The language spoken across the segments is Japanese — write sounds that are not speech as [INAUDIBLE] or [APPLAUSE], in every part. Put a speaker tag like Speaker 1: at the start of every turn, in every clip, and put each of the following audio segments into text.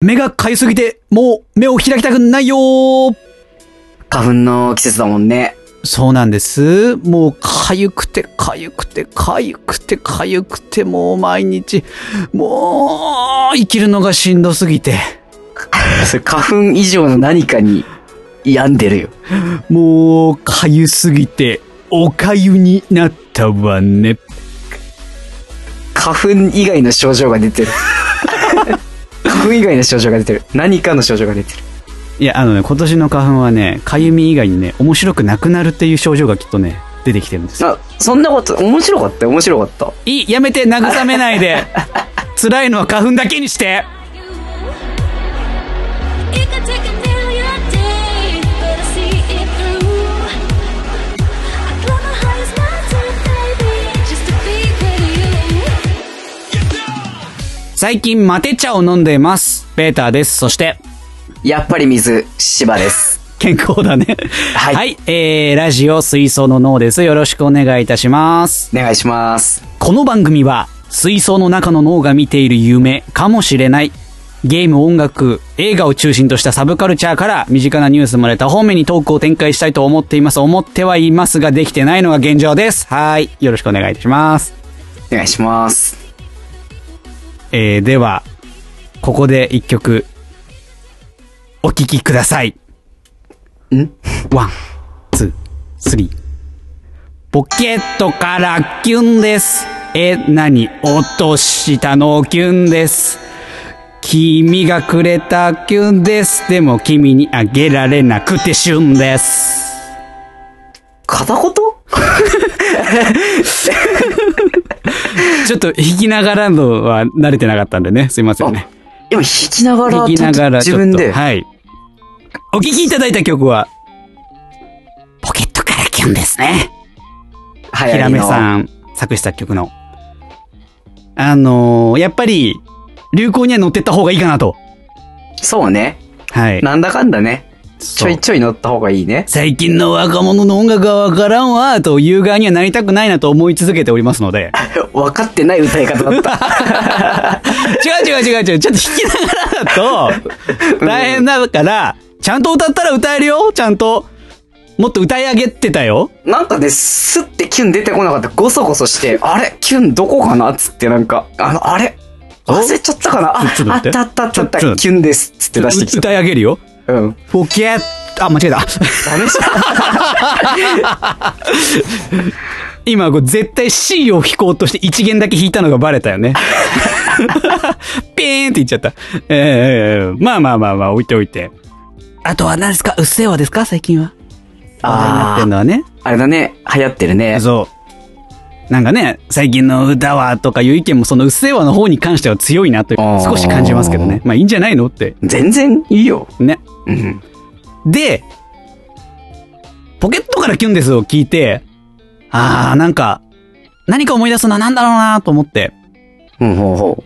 Speaker 1: 目がかゆすぎて、もう目を開きたくないよー
Speaker 2: 花粉の季節だもんね。
Speaker 1: そうなんです。もう、かゆくて、かゆくて、かゆくて、かゆくて、もう毎日、もう、生きるのがしんどすぎて、
Speaker 2: それ花粉以上の何かに病んでるよ。
Speaker 1: もう、かゆすぎて、おかゆになったわね。
Speaker 2: 花粉以外の症状が出 [LAUGHS] てる。花粉以外の症状が出てる。何かの症状が出てる。
Speaker 1: いや、あのね、今年の花粉はね、かゆみ以外にね、面白くなくなるっていう症状がきっとね、出てきてるんですよ。
Speaker 2: あ、そんなこと、面白かったよ面白かった。
Speaker 1: いい、やめて、慰めないで。辛いのは花粉だけにして。
Speaker 3: It could take a million days, but I see it through. I climb the highest mountain, baby, just to be with you.
Speaker 1: 最近、マテ茶を飲んでます。ベータです。そして、
Speaker 2: やっぱり水、芝です。
Speaker 1: 健康だね。
Speaker 2: はい
Speaker 1: えー、ラジオ水槽の脳です。よろしくお願いいたします。
Speaker 2: お願いします。
Speaker 1: この番組は、水槽の中の脳が見ている夢かもしれない。ゲーム、音楽、映画を中心としたサブカルチャーから身近なニュースまで多方面にトークを展開したいと思っています。思ってはいますが、できてないのが現状です。はい。よろしくお願いいたします。
Speaker 2: お願いします。
Speaker 1: えー、では、ここで一曲、お聴きください。
Speaker 2: ん
Speaker 1: ワン、ツー、スリー。ポケットからキュンです。え、何落としたのキュンです。君がくれたキュンです。でも君にあげられなくて旬です。
Speaker 2: 片言
Speaker 1: ちょっと弾きながらのは慣れてなかったんでね。すいませんね。
Speaker 2: 今弾きながら、
Speaker 1: 弾きながらちょ
Speaker 2: 自
Speaker 1: っ
Speaker 2: 分
Speaker 1: と。
Speaker 2: で。
Speaker 1: はい。お聴きいただいた曲は、ポケットからキュンですね。
Speaker 2: は
Speaker 1: ひらめ
Speaker 2: ん。
Speaker 1: さん作詞作曲の。あのーやっぱり、流行には乗ってった方がいいかなと。
Speaker 2: そうね。
Speaker 1: はい。
Speaker 2: なんだかんだね。ち
Speaker 1: そ
Speaker 2: ょ
Speaker 1: う
Speaker 2: いちょい乗った方がいいね。
Speaker 1: 最近の若者の音楽がわからんわ、という側にはなりたくないなと思い続けておりますの
Speaker 2: [LAUGHS]
Speaker 1: で。
Speaker 2: 分かってない歌い方だった。
Speaker 1: 違う違う違う違う、ちょっと弾きながらだと、大変だから、ちゃんと歌ったら歌えるよ、ちゃんと。もっと歌い上げてたよ。
Speaker 2: なんかね、スッてキュン出てこなかった。ゴソゴ
Speaker 1: [LAUGHS]
Speaker 2: ソして、あれキュンどこかなつってなんか、あの、あれ忘れちゃったかなあ、あ
Speaker 1: ちょちょっ
Speaker 2: っ
Speaker 1: と待って
Speaker 2: たあったあったあっ
Speaker 1: ちょちょ
Speaker 2: た、キュンです。つって出してきた。
Speaker 1: 歌い上げるよ。
Speaker 2: うん。
Speaker 1: ポケット、あ、間違えた。 [LAUGHS]
Speaker 2: ダメじゃん。
Speaker 1: 今、こう絶対 C を弾こうとして一弦だけ弾いたのがバレた [LAUGHS] よね。ピーンって言っちゃった。ええええまあまあまあまあ、置いておいて。あとは何ですかうっせぇわですか最近は。話題になってんのはね。
Speaker 2: あれだね、流行ってるね。
Speaker 1: そう。なんかね、最近の歌はとかいう意見もそのうっせぇわの方に関しては強いなという
Speaker 2: あー
Speaker 1: 少し感じますけどね。まあいいんじゃないのって。
Speaker 2: 全然いいよ。
Speaker 1: ね。
Speaker 2: うん。
Speaker 1: で、ポケットからキュンですを聞いて、あーなんか、何か思い出すのはなんだろうなと思って、
Speaker 2: うん、ほうほ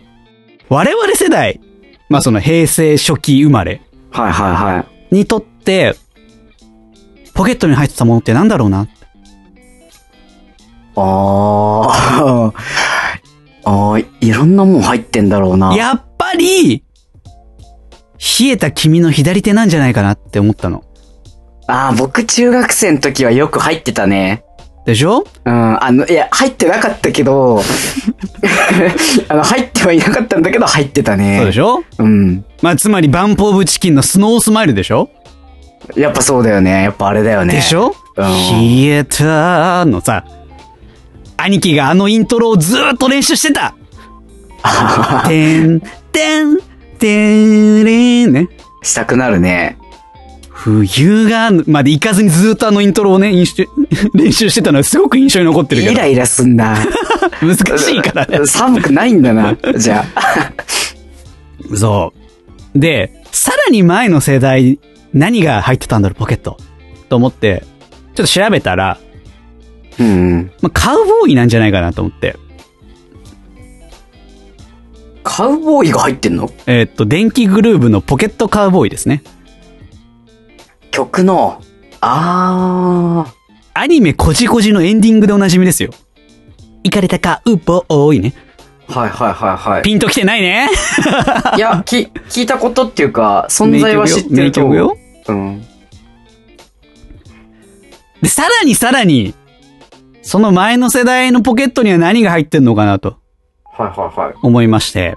Speaker 1: 我々世代、まあその平成初期生まれ
Speaker 2: う。はいはいは。
Speaker 1: にとって、ポケットに入ってたものってなんだろうない
Speaker 2: あー。あー、いろんなもん入ってんだろうな。
Speaker 1: やっぱり、冷えた君の左手なんじゃないかなって思ったの。
Speaker 2: あー、僕中学生の時はよく入ってたね。
Speaker 1: でしょ
Speaker 2: うん、あの、いや、入ってなかったけ
Speaker 1: [LAUGHS]
Speaker 2: ど、あの、入ってはいなかったんだけど、入ってたね。
Speaker 1: そうでしょ
Speaker 2: ょうん。
Speaker 1: まあつまりバンプオブチキンのスノースマイルでしょ
Speaker 2: やっぱそうだよね。やっぱあれだよね。
Speaker 1: でしょ
Speaker 2: うん
Speaker 1: 冷えたのさ、兄貴があのイントロをずーっと練習して [LAUGHS] た。てん、てん、てんれんね。
Speaker 2: したくなるね。
Speaker 1: 冬がまで行かずにずーっとあのイントロをね、練習 [LAUGHS] 練習してたのはすごく印象に残ってる
Speaker 2: イ
Speaker 1: けど
Speaker 2: ラ。イラすんな。
Speaker 1: 難しいから [LAUGHS] ね。
Speaker 2: 寒くないん
Speaker 1: [LAUGHS]
Speaker 2: だな。じゃあ。
Speaker 1: そう。で、さらに前の世代、何が入ってたんだろう、ポケット。と思って、ちょっと調べたら、
Speaker 2: うん。
Speaker 1: まあ、カウボーイなんじゃないかなと思って。
Speaker 2: カウボーイが入ってんの
Speaker 1: えーっと、電気グルーヴのポケットカウボーイですね。
Speaker 2: 曲の、あー。
Speaker 1: アニメこじこじのエンディングでおなじみですよ。イカれたカウボーイね。
Speaker 2: はいはいはいはい。
Speaker 1: ピンときてないね。
Speaker 2: いや、き、聞いたことっていうか、存在は知ってると思う。
Speaker 1: 名曲よ。
Speaker 2: うん。
Speaker 1: で、さらにさらに、その前の世代のポケットには何が入ってんのかなと
Speaker 2: はいはいはい。
Speaker 1: 思いまして。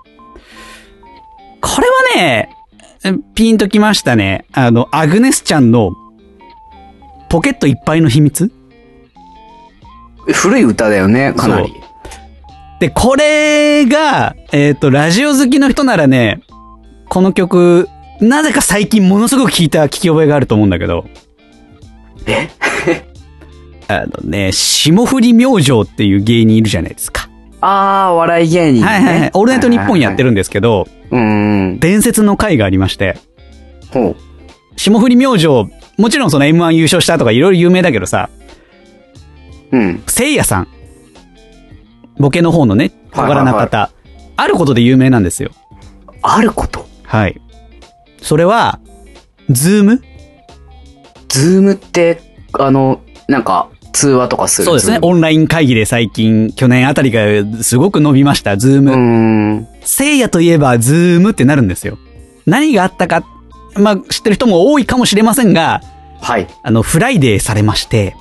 Speaker 1: これはね、ピンときましたね。あの、アグネスちゃんのポケットいっぱいの秘密
Speaker 2: 古い歌だよね、かなり。
Speaker 1: で、これが、えっ、と、ラジオ好きの人ならね、この曲、なぜか最近ものすごく聞いた聞き覚えがあると思うんだけど。
Speaker 2: え
Speaker 1: あのね、霜降り明星っていう芸人いるじゃないですか。
Speaker 2: あー、笑い芸人、ね。
Speaker 1: はいはいはい。オールナイトニッポンやって
Speaker 2: る。
Speaker 1: るんですけど、
Speaker 2: うん。
Speaker 1: 伝説の回がありまして、
Speaker 2: ほう。
Speaker 1: 霜降り明星、もちろんその M1 優勝したとかいろいろ有名だけどさ、
Speaker 2: うん。
Speaker 1: せいやさん。ボケの方のね、小柄な方、
Speaker 2: はい
Speaker 1: あることで有名なんですよ。
Speaker 2: あること。
Speaker 1: はい。それは、ズーム
Speaker 2: ズームって、あの、なんか、通話とかする。
Speaker 1: そうですね。オンライン会議で最近、去年あたりがすごく伸びました、ズー
Speaker 2: う
Speaker 1: ム。
Speaker 2: ん。
Speaker 1: せいやといえば、ズームってなるんですよ。何があったか、まあ、知ってる人も多いかもしれませんが、
Speaker 2: はい。
Speaker 1: あの、フライデーされまして、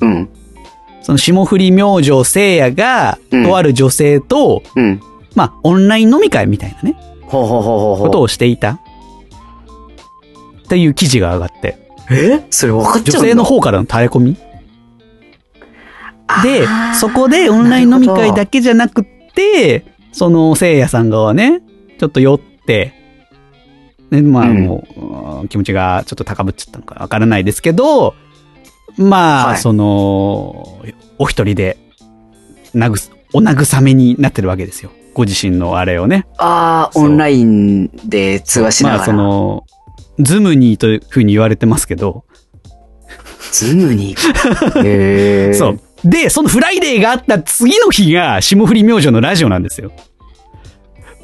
Speaker 2: うん。
Speaker 1: その霜降り明星聖夜が、
Speaker 2: うん
Speaker 1: とある女性と、
Speaker 2: うん。
Speaker 1: まあ、オンライン飲み会みたいなね、
Speaker 2: ほうほうほうほうほう。
Speaker 1: ことをしていた。っていう記事が上がって、
Speaker 2: えそれ分かっ
Speaker 1: 女
Speaker 2: ちゃう
Speaker 1: 性の
Speaker 2: 方
Speaker 1: 方からの垂れ込みで、そこでオンライン飲み会だけじゃなくって、その聖夜さん側はね、ちょっと酔って、ね、まあ
Speaker 2: うん
Speaker 1: もう、うん気持ちがちょっと高ぶっちゃったのかわからないですけど、まあ、
Speaker 2: はい
Speaker 1: その、お一人で、なぐす、お慰めになってるわけですよ。ご自身のあれをね。
Speaker 2: あー、
Speaker 1: そう
Speaker 2: オンラインで通話しながら。
Speaker 1: まあその、ズムニーというふうに言われてますけど、
Speaker 2: ズー
Speaker 1: [LAUGHS]
Speaker 2: ムに。へー
Speaker 1: そう。。で、そのフライデーがあった次の日が、霜降り明星のラジオなんですよ。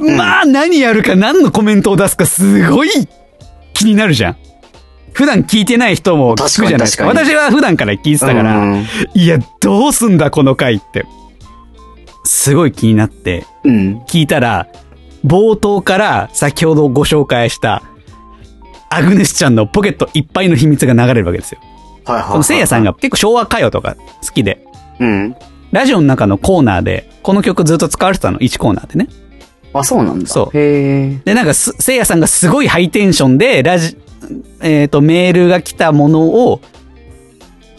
Speaker 2: ん
Speaker 1: まあ、何やるか、何のコメントを出すか、すごい気になるじゃん。普段聞いてない人も聞くじゃないですか。
Speaker 2: 確かに確か
Speaker 1: 私は普段から聞いてたから、
Speaker 2: うん
Speaker 1: いや、どうすんだ、この回って。すごい気になって、
Speaker 2: うん。
Speaker 1: 聞いたら、冒頭から先ほどご紹介した、アグネスちゃんのポケットいっぱいの秘密が流れるわけですよ。
Speaker 2: はいはいはい。
Speaker 1: このせいやさん。が結構昭和歌謡とか好きで、
Speaker 2: うん。
Speaker 1: ラジオの中のコーナーで、この曲ずっと使われてたの、1コーナーでね。
Speaker 2: あ、そうなんだ。
Speaker 1: そう
Speaker 2: へー
Speaker 1: で、なんかす、せいやさんがすごいハイテンションで、ラジ、えっ、と、メールが来たものを、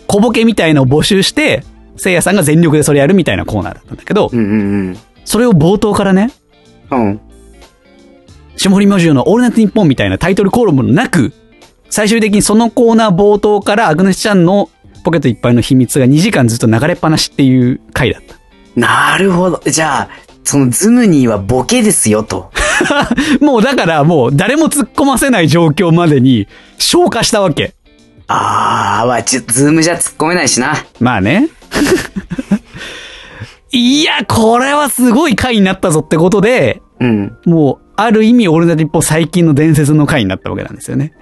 Speaker 1: 小ボケみたいのを募集して、せいやさんが全力でそれやるみたいなコーナーだったんだけど
Speaker 2: う、んうん
Speaker 1: それを冒頭からね、
Speaker 2: うん。うん。
Speaker 1: 下降り明星のオールナイトニッポンみたいなタイトルコールもなく、最終的にそのコーナー冒頭からアグネスちゃんのポケットいっぱいの秘密が2時間ずっと流れっぱなしっていう回だった。
Speaker 2: なるほど。じゃあ、そのズムニーはボケですよと。
Speaker 1: [LAUGHS] もうだからもう誰も突っ込ませない状況までに消化したわけ。
Speaker 2: あー、まあ、ちょズームじゃ突っ込めないしな。
Speaker 1: まあね。 [LAUGHS] いや、これはすごい回になったぞってことで、
Speaker 2: うん。
Speaker 1: もう、ある意味、俺の日本最近の伝説の回になったわけなんですよね。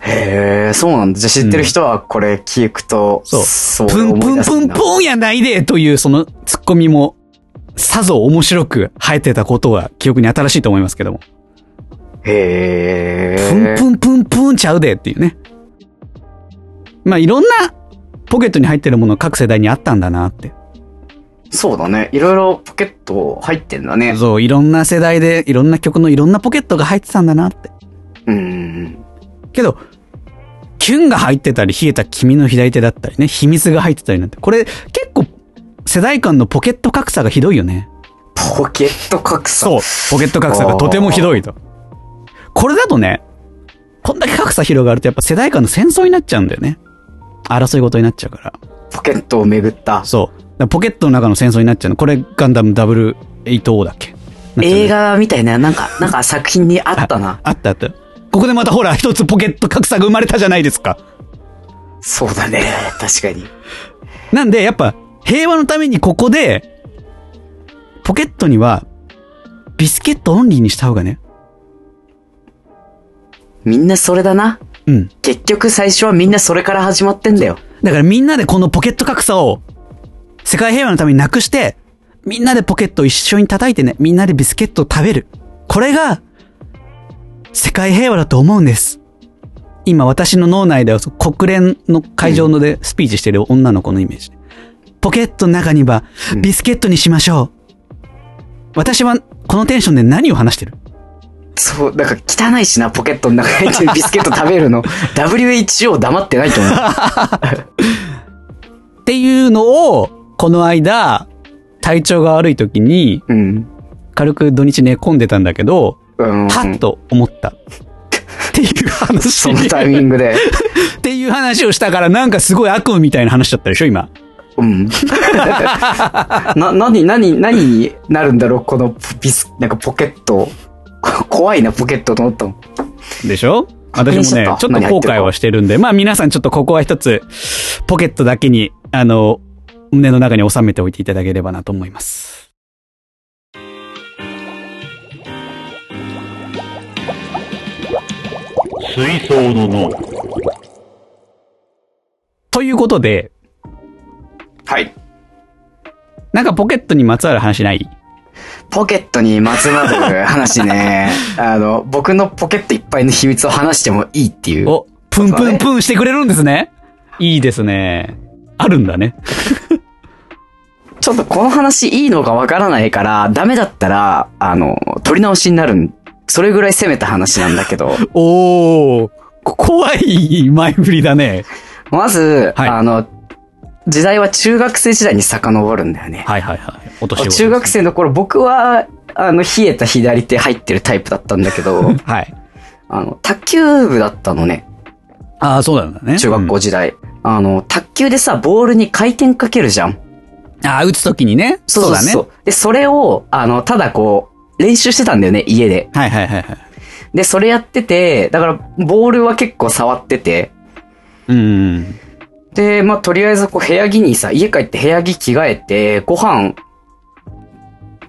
Speaker 2: へー、そうなんだ。じゃあ知ってる人はこれ聞くと、
Speaker 1: そう。
Speaker 2: そう
Speaker 1: プンプ
Speaker 2: 思い
Speaker 1: ン
Speaker 2: 出す
Speaker 1: プ
Speaker 2: ん
Speaker 1: ン
Speaker 2: だ。
Speaker 1: プンやないでというそのツッコミも、さぞ面白く生えてたことは記憶に新しいと思いますけども。
Speaker 2: へ
Speaker 1: プン
Speaker 2: ー。
Speaker 1: プンプンプンちゃうでっていうね。まあいろんなポケットに入ってるもの各世代にあったんだなって。
Speaker 2: そうだね。いろいろポケット入ってんだね。
Speaker 1: そう、いろんな世代でいろんな曲のいろんなポケットが入ってたんだなって。
Speaker 2: うん。
Speaker 1: けど、キュンが入ってたり、冷えた君の左手だったりね、秘密が入ってたりなんて。これ結構世代間のポケット格差がひどいよね。
Speaker 2: ポケット格差。
Speaker 1: そう。ポケット格差がとてもひどいと。これだとね、こんだけ格差広がるとやっぱ世代間の戦争になっちゃうんだよね。争い事になっちゃうから。
Speaker 2: ポケットを巡った。
Speaker 1: そう。だからポケットの中の戦争になっちゃうの。これガンダム W8O だっけ
Speaker 2: 映画みたいな、なんか、なんか作品にあったな。
Speaker 1: あったあった。ここでまたほら、一つポケット格差が生まれたじゃないですか。
Speaker 2: そうだね。確かに。
Speaker 1: なんで、やっぱ、平和のためにここで、ポケットには、ビスケットオンリーにした方がね。
Speaker 2: みんなそれだな。
Speaker 1: うん。
Speaker 2: 結局最初はみんなそれから始まってんだよ。
Speaker 1: だからみんなでこのポケット格差を世界平和のためになくして、みんなでポケットを一緒に叩いてね、みんなでビスケットを食べる。これが、世界平和だと思うんです。今私の脳内ではそう国連の会場のでスピーチしてる女の子のイメージ。ポケットの中には
Speaker 2: うん
Speaker 1: ビスケットにしましょう。私はこのテンションで何を話してる
Speaker 2: そう、なんか汚いしな、ポケットの中に入ってるビスケット食べ
Speaker 1: [LAUGHS]
Speaker 2: るの。WHO 黙ってないと思う。
Speaker 1: っていうのを、この間、体調が悪い時に、
Speaker 2: うん。
Speaker 1: 軽く土日寝込んでたんだけど、
Speaker 2: うん。
Speaker 1: はっと思った。っていう話
Speaker 2: そのタイミングで。
Speaker 1: っていう話をしたから、なんかすごい悪夢みたいな話だったでしょ、今。
Speaker 2: うん。 [LAUGHS] な、なに、なに、何になるんだろうこのビス、なんかポケット。こ怖いな、ポケットと思ったもん。
Speaker 1: でしょ私もね、
Speaker 2: 確認し
Speaker 1: ち
Speaker 2: ち
Speaker 1: ょ
Speaker 2: ゃ
Speaker 1: っ
Speaker 2: った
Speaker 1: と
Speaker 2: 何入
Speaker 1: 後
Speaker 2: ってるか
Speaker 1: 悔はしてるんで、まあ皆さんちょっとここは一つ、ポケットだけに、あの、胸の中に収めておいていただければなと思います。
Speaker 4: 水槽の脳
Speaker 1: ということで、
Speaker 2: はい。
Speaker 1: なんかポケットにまつわる話ない
Speaker 2: ポケットにまつわる話
Speaker 1: [LAUGHS]
Speaker 2: ね。あの、僕のポケットいっぱいの秘密を話してもいいっていう。
Speaker 1: お、プンプンプンしてくれるんですね。いいですね。あるんだね。
Speaker 2: ちょっとこの話いいのかわからないから、ダメだったら、あの、取り直しになるん。それぐらい攻めた話なんだけ
Speaker 1: [LAUGHS]
Speaker 2: ど。
Speaker 1: おー、こ怖い前振りだね。
Speaker 2: まず、
Speaker 1: はい
Speaker 2: あの、時代は中学生時代に遡るんだよね。
Speaker 1: はいはいはい。お年頃ですね
Speaker 2: 中学。生の頃、僕は、あの、冷えた左手入ってるタイプだったんだ
Speaker 1: [LAUGHS]
Speaker 2: けど、
Speaker 1: はい。
Speaker 2: あの、卓球部だったのね、
Speaker 1: ああ、そうなんだね。
Speaker 2: 中学校時代。あの、卓球でさ、ボールに回転かけるじゃん。
Speaker 1: ああ、打つときにね。そうだね。
Speaker 2: で、それを、あの、ただこう、練習してたんだよね、家で。
Speaker 1: はいはいはいはい。
Speaker 2: で、それやってて、だから、ボールは結構触ってて、
Speaker 1: うん。
Speaker 2: で、まあ、とりあえず、こう、部屋着にさ、家帰って部屋着着替えて、ご飯、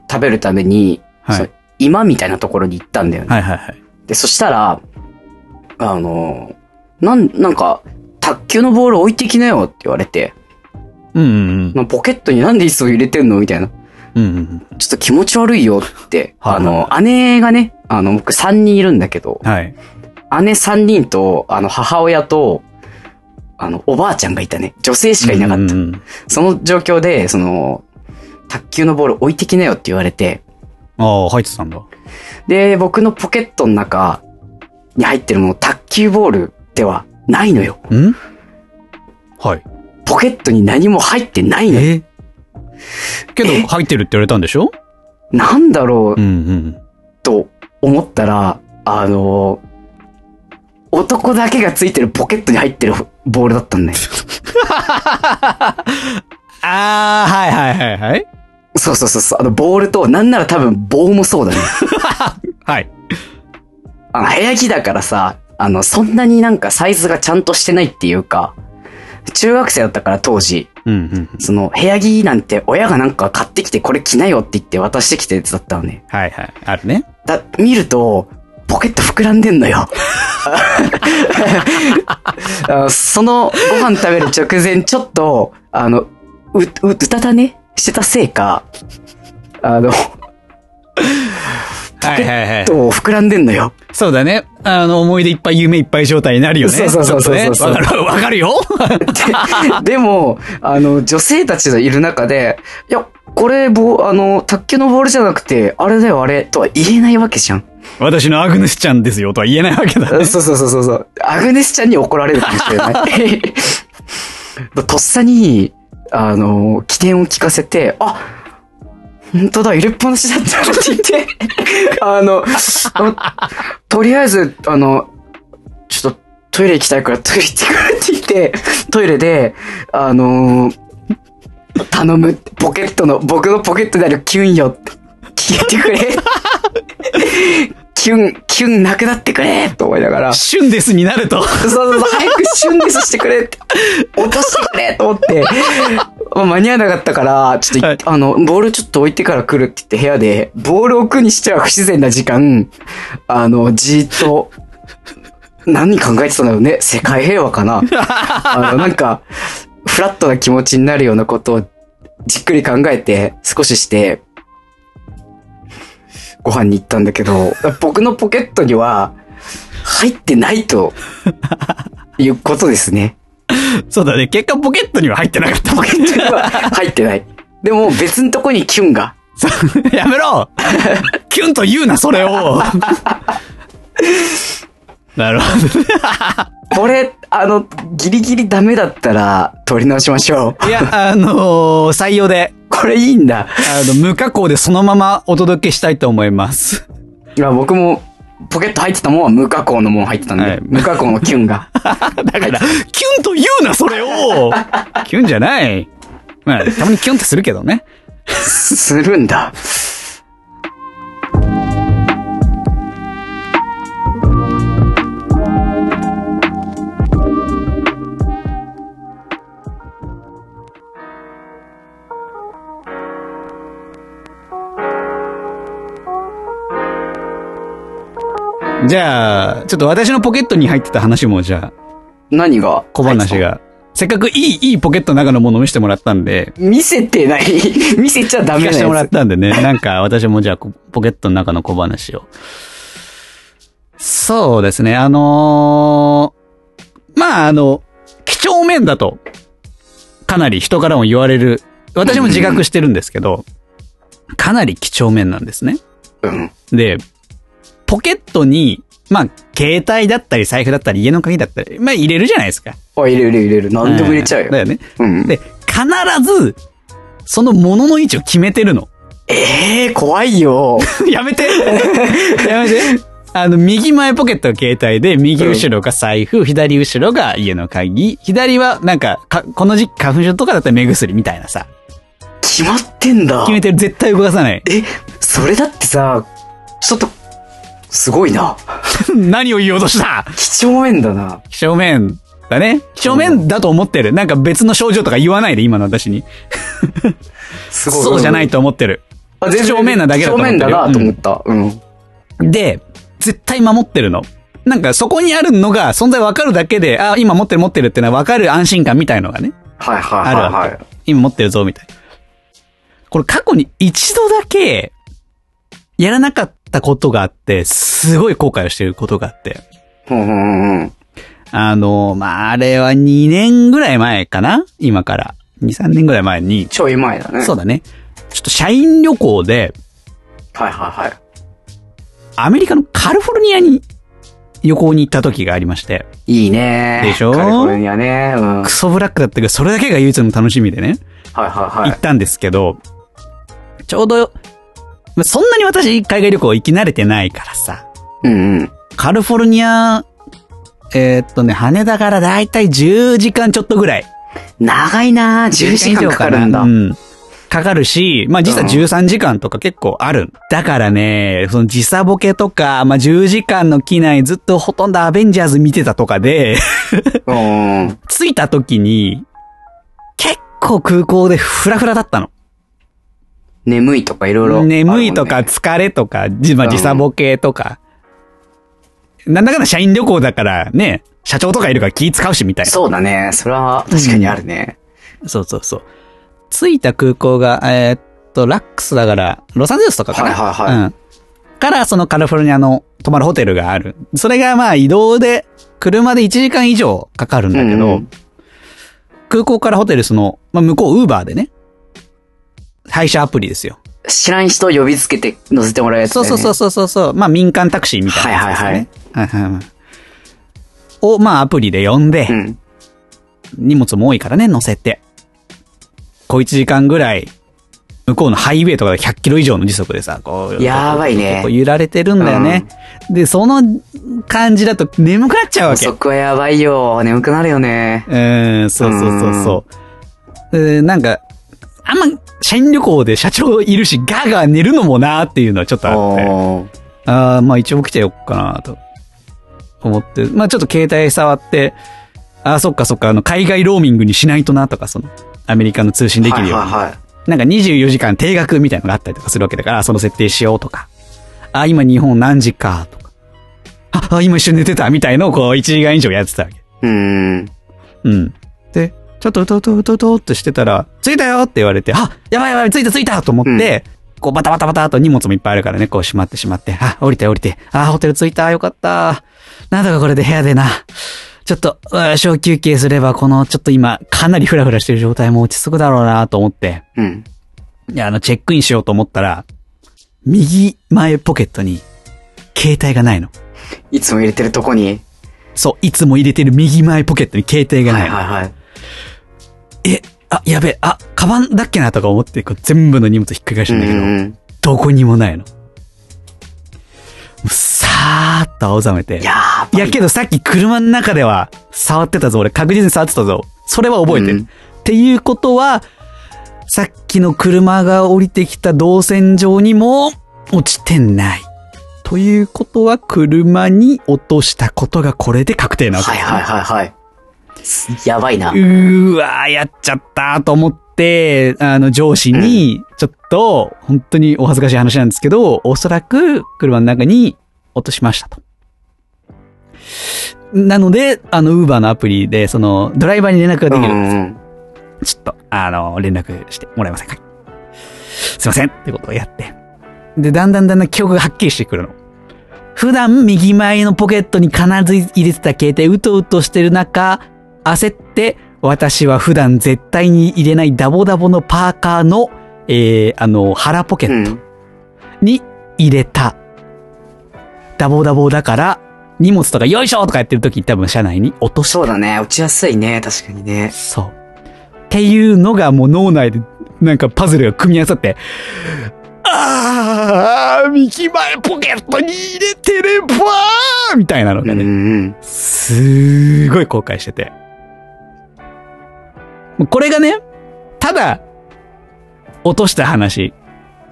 Speaker 2: 食べるために、
Speaker 1: はい
Speaker 2: その今みたいなところに行ったんだよね。
Speaker 1: はいはいはい。
Speaker 2: で、そしたら、あの、なん、なんか、卓球のボール置いてきなよって言われて、
Speaker 1: うんうん
Speaker 2: まあポケットになんでいつも入れてんのみたいな。
Speaker 1: うん。うんうん
Speaker 2: ちょっと気持ち悪いよって、
Speaker 1: はい
Speaker 2: あの、姉がね、あの、僕3人いるんだけど
Speaker 1: うん。、はい。
Speaker 2: 姉3人と、あの、母親と、あの、おばあちゃんがいたね。女性しかいなかった。
Speaker 1: うんうん
Speaker 2: その状況で、その、卓球のボール置いてきなよって言われて、
Speaker 1: ああ、入ってたんだ。
Speaker 2: で、僕のポケットの中に入ってるもの、卓球ボールではないのよ。
Speaker 1: んはい。
Speaker 2: ポケットに何も入ってないのよ。
Speaker 1: えけど
Speaker 2: え、
Speaker 1: 入ってるって言われたんでしょ
Speaker 2: なんだろ
Speaker 1: う
Speaker 2: うん [LAUGHS]
Speaker 1: うん。
Speaker 2: と思ったら、あの、男だけがついてるポケットに入ってるボールだったんだよ。
Speaker 1: ああ、はいはいはいはい。
Speaker 2: そうそうそうそう。あの、ボールと、なんなら多分棒もそうだね。
Speaker 1: はい。
Speaker 2: あの、部屋着だからさ、あの、そんなになんかサイズがちゃんとしてないっていうか、中学生だったから当時、
Speaker 1: うんうん。
Speaker 2: その、部屋着なんて親がなんか買ってきてこれ着なよって言って渡してきたやつだったのね。
Speaker 1: はいはい。あるね。
Speaker 2: だ、見ると、ポケット膨らんでんのよ。 [LAUGHS] あそのご飯食べる直前、ちょっと、あの、う、う、うたたねしてたせいか、あの、
Speaker 1: はいはいはい。
Speaker 2: と膨らんでんのよ。
Speaker 1: そうだね。あの、思い出いっぱい、夢いっぱい状態になるよね。
Speaker 2: そうそうそうそうそ
Speaker 1: ちょ
Speaker 2: う
Speaker 1: っとねわかるわかるよ。
Speaker 2: [LAUGHS] でも、あの、女性たちがいる中で、いや、これ、ぼ、あの、卓球のボールじゃなくて、あれだよ、あれ、とは言えないわけじゃん。
Speaker 1: 私のアグネスちゃんですよとは言えないわけだね。
Speaker 2: そうそうそうそうそう。アグネスちゃんに怒られるかもしれない。とっさに、あの、起点を聞かせて、あ本当だ、入れっぱなしだったって言って、あの、あとりあえず、あの、ちょっとトイレ行きたいからトイレ行ってくるって言って、トイレで、あの頼むって、ポケットの、僕のポケットであるキュンよって、聞いてくれ。キュン、キュンなくなってくれと思いながら。
Speaker 1: 旬ですになる [LAUGHS] と。
Speaker 2: そうそうそう、早くシュンデスしてくれって、落としてくれと思って、まあ間に合わなかったから、ちょっと、
Speaker 1: はい
Speaker 2: あの、ボールちょっと置いてから来るって言って部屋で、ボールを置くにしては不自然な時間、あの、じーっと、何考えてたんだろうね世界平和かなあの、なんか、フラットな気持ちになるようなことを、じっくり考えて、少しして、ご飯に行ったんだけど、僕のポケットには、入ってないと、いうことですね。 [LAUGHS]
Speaker 1: そうだね。結果ポケットには入ってなかった。ポケッ
Speaker 2: 入ってない。でも別のとこにキュンが。
Speaker 1: ト [LAUGHS] やめろ [LAUGHS] キュンと言うな、それを。 [LAUGHS] なるほ
Speaker 2: これ、あの、ギリギリダメだったら、取り直しましょう。
Speaker 1: ど。いや、あのー採用で、
Speaker 2: これいいん
Speaker 1: あ
Speaker 2: だ。
Speaker 1: の、無加工でそのままお届けしたいと思います。
Speaker 2: いや僕も、ポケット入ってたもんは無加工のもん入ってたんで、
Speaker 1: はい
Speaker 2: 無加工のキュンが。
Speaker 1: だから、キュンと言うな、それを [LAUGHS] キュンじゃない。まあ、たまにキュンってするけどね。
Speaker 2: するんだ。
Speaker 1: じゃあ、ちょっと私のポケットに入ってた話も、じゃあ、
Speaker 2: 何が
Speaker 1: 小話。が。せっかくいい、いいポケットの中のものを見せてもらったんで、
Speaker 2: 見せてない。 [LAUGHS] 見せちゃダ
Speaker 1: 聞
Speaker 2: メな
Speaker 1: か
Speaker 2: や
Speaker 1: せてもらっ
Speaker 2: つ。
Speaker 1: たんで
Speaker 2: [LAUGHS]
Speaker 1: ね。なんか、私もじゃあ、こポケットの中の小話を。そうですね、あのーまあ、あの、几帳面だと、かなり人からも言われる。私も自覚してるんですけど、かなり几帳面なんですね。
Speaker 2: うん。
Speaker 1: で、ポケットに、まあ、携帯だったり財布だったり家の鍵だったり、まあ入れるじゃないですか。
Speaker 2: あ、入れる入れる入れる。何でも入れちゃうよ。
Speaker 1: だよね。
Speaker 2: うん。
Speaker 1: で、必ず、その物の位置を決めてるの。 [LAUGHS]
Speaker 2: ええー、怖いよ。
Speaker 1: やめて [LAUGHS] やめてあの、右前ポケットが携帯で、右後ろが財布、左後ろが家の鍵、左はなんか、か、この時期花粉症とかだったら目薬みたいなさ。
Speaker 2: 決まってんだ
Speaker 1: 決。めてる、絶対動かさ [LAUGHS] ない。
Speaker 2: え、それだってさ、ちょっと、すごいな。
Speaker 1: 何を言おうとした
Speaker 2: 几帳面だな。
Speaker 1: 几帳面だね。几帳面だと思ってる。なんか別の症状とか言わないで、今の私に。
Speaker 2: すごい。
Speaker 1: そうじゃない
Speaker 2: と。
Speaker 1: と思ってる。
Speaker 2: あ
Speaker 1: 几帳面なだけだと思ってる
Speaker 2: 几帳面だなと思った。うん。
Speaker 1: で、絶対守ってるの。なんかそこにあるのが存在わかるだけで、あ、今持ってる持ってるってのはわかる安心感みたいのがね、
Speaker 2: はいは
Speaker 1: あ
Speaker 2: い
Speaker 1: る
Speaker 2: はい
Speaker 1: わ
Speaker 2: は
Speaker 1: け。
Speaker 2: い。
Speaker 1: 今持ってるぞ、みたいな。これ過去に一度だけ、やらなかったことがあって、すごい後悔をしてることがあって。
Speaker 2: うんうんうん。
Speaker 1: あの、まあ、あれは2年ぐらい前かな今から。2、3年ぐらい前に、
Speaker 2: ちょい前だね。
Speaker 1: そうだね。ちょっと社員旅行で、
Speaker 2: はいはいは
Speaker 1: アメリカのカリフォルニアに旅行に行った時がありまして、
Speaker 2: い。いいね
Speaker 1: でしょ
Speaker 2: カリフォルニアね。うん。は
Speaker 1: ク
Speaker 2: い
Speaker 1: ソブラックだったけど、それだけが唯一の楽しみでね、
Speaker 2: はいは
Speaker 1: 行
Speaker 2: い
Speaker 1: っ。たんですけど、ちょうど、まあそんなに私海外旅行行き慣れてないからさ、
Speaker 2: うんうん。
Speaker 1: カリフォルニア、えーっとね、羽田からだいたい10時間ちょっとぐらい。
Speaker 2: 長いなぁ。10時間かかるんだ。
Speaker 1: う。かかるし、まあ実は
Speaker 2: うん
Speaker 1: 13時間とか結構ある。だからね、その時差ボケとか、まあ10時間の機内ずっとほとんどアベンジャーズ見てたとかで、 [LAUGHS]
Speaker 2: うん。
Speaker 1: 着いた時に、結構空港でフラフラだったの。
Speaker 2: 眠いとかいろいろ。
Speaker 1: 眠いとか。疲れとか、じまあ
Speaker 2: うん
Speaker 1: 時差ボケとか。なんだかんだ社員旅行だからね、社長とかいるから気使うしみたいな。
Speaker 2: そうだね。それは確かにあるね。
Speaker 1: そうそうそう。着いた空港が、えーっと、ラックスだから、ロサンゼルスとかかな。
Speaker 2: はいはいはい
Speaker 1: うん。から、そのカリフォルニアの泊まるホテルがある。それがまあ移動で、車で1時間以上かかるんだけど、
Speaker 2: うんうん
Speaker 1: 空港からホテルその、まあ向こうウーバーでね、配車アプリですよ。
Speaker 2: 知らん人を呼びつけて乗せてもらうやつ、
Speaker 1: そう
Speaker 2: ね。。
Speaker 1: そうそううそうそうそう。まあ民間タクシーみたいなやつですね。はいはいはい。を、まあアプリで呼んで、
Speaker 2: うん。
Speaker 1: 荷物も多いからね、乗せて。小1時間ぐらい、向こうのハイウェイとかで100キロ以上の時速でさ、こう、
Speaker 2: やばいね
Speaker 1: こう揺られてるんだよね。で、その感じだと眠くなっちゃうわけ。
Speaker 2: 遅くはやばいよ。眠くなるよね。
Speaker 1: うん、そうそうそうそう。うん、なんか、あんま、 [LAUGHS] 社員旅行で社長いるし、ガーガー寝るのもなーっていうのはちょっとあって。
Speaker 2: おー
Speaker 1: ああ、まあ一応来てよっかなと思って。まあちょっと携帯触って、ああ、そっかそっか、あの、海外ローミングにしないとなとか、その、アメリカの通信できるよう
Speaker 2: はい
Speaker 1: に。
Speaker 2: はいはい。
Speaker 1: なんか24時間定額みたいなのがあったりとかするわけだから、その設定しようとか。ああ、今日本何時か、とか。ああ、今一緒に寝てた、みたいのをこう、1時間以上やってたわけ。
Speaker 2: うーん。
Speaker 1: うん。で、ちょっとうとうとうとうとうっとしてたら、着いたよって言われて、あやばいやばい、着いた着いたと思って、こうバタバタバタっと荷物もいっぱいあるからね、こうしまってしまって、あ、降りて降りて、あ、ホテル着いた、よかった。なんとかこれで部屋でな、ちょっと、うん小休憩すれば、このちょっと今、かなりフラフラしてる状態も落ち着くだろうなと思って、
Speaker 2: うん。
Speaker 1: いや、あの、チェックインしようと思ったら、右前ポケットに、携帯がないの。
Speaker 2: いつも入れてるとこに。
Speaker 1: そう、いつも入れてる右前ポケットに携帯が
Speaker 2: は
Speaker 1: ないいの。
Speaker 2: はいはい。
Speaker 1: え、あ、やべえ、あ、カバンだっけなとか思って、こう全部の荷物ひっくり返し
Speaker 2: う
Speaker 1: たんだけど、
Speaker 2: ん。
Speaker 1: どこにもないの。もうさーっと青ざめて。
Speaker 2: いや
Speaker 1: い
Speaker 2: ー
Speaker 1: やけどさっき車の中では触ってたぞ。俺確実に触ってたぞ。それは覚えてる。
Speaker 2: うん
Speaker 1: っていうことは、さっきの車が降りてきた動線上にも落ちてない。ということは車に落としたことがこれで確定なわけ
Speaker 2: はいはいはいはい。やばいな。
Speaker 1: うーわー、やっちゃったと思って、あの、上司に、ちょっと、本当にお恥ずかしい話なんですけど、おそらく車の中に落としましたと。なので、あの、ウーバーのアプリで、その、ドライバーに連絡ができるんですよ。
Speaker 2: うん
Speaker 1: ちょっと、あの、連絡してもらえませんかすいませんってことをやって。で、だんだんだんだん記憶がはっきりしてくるの。普段、右前のポケットに必ず入れてた携帯、うとうとしてる中、焦って、私は普段絶対に入れないダボダボのパーカーの、えー、あの、腹ポケ
Speaker 2: う
Speaker 1: ット
Speaker 2: ん。
Speaker 1: に入れた。ダボダボだから、荷物とかよいしょとかやってる時に多分車内に落とし
Speaker 2: そうだね。落ちやすいね。確かにね。
Speaker 1: そう。っていうのがもう脳内でなんかパズルが組み合わさって、ああ、右前ポケットに入れてればーみたいなの
Speaker 2: う
Speaker 1: が
Speaker 2: んう
Speaker 1: ね、
Speaker 2: ん。
Speaker 1: すーごい後悔してて。もうこれがね、ただ、落とした話、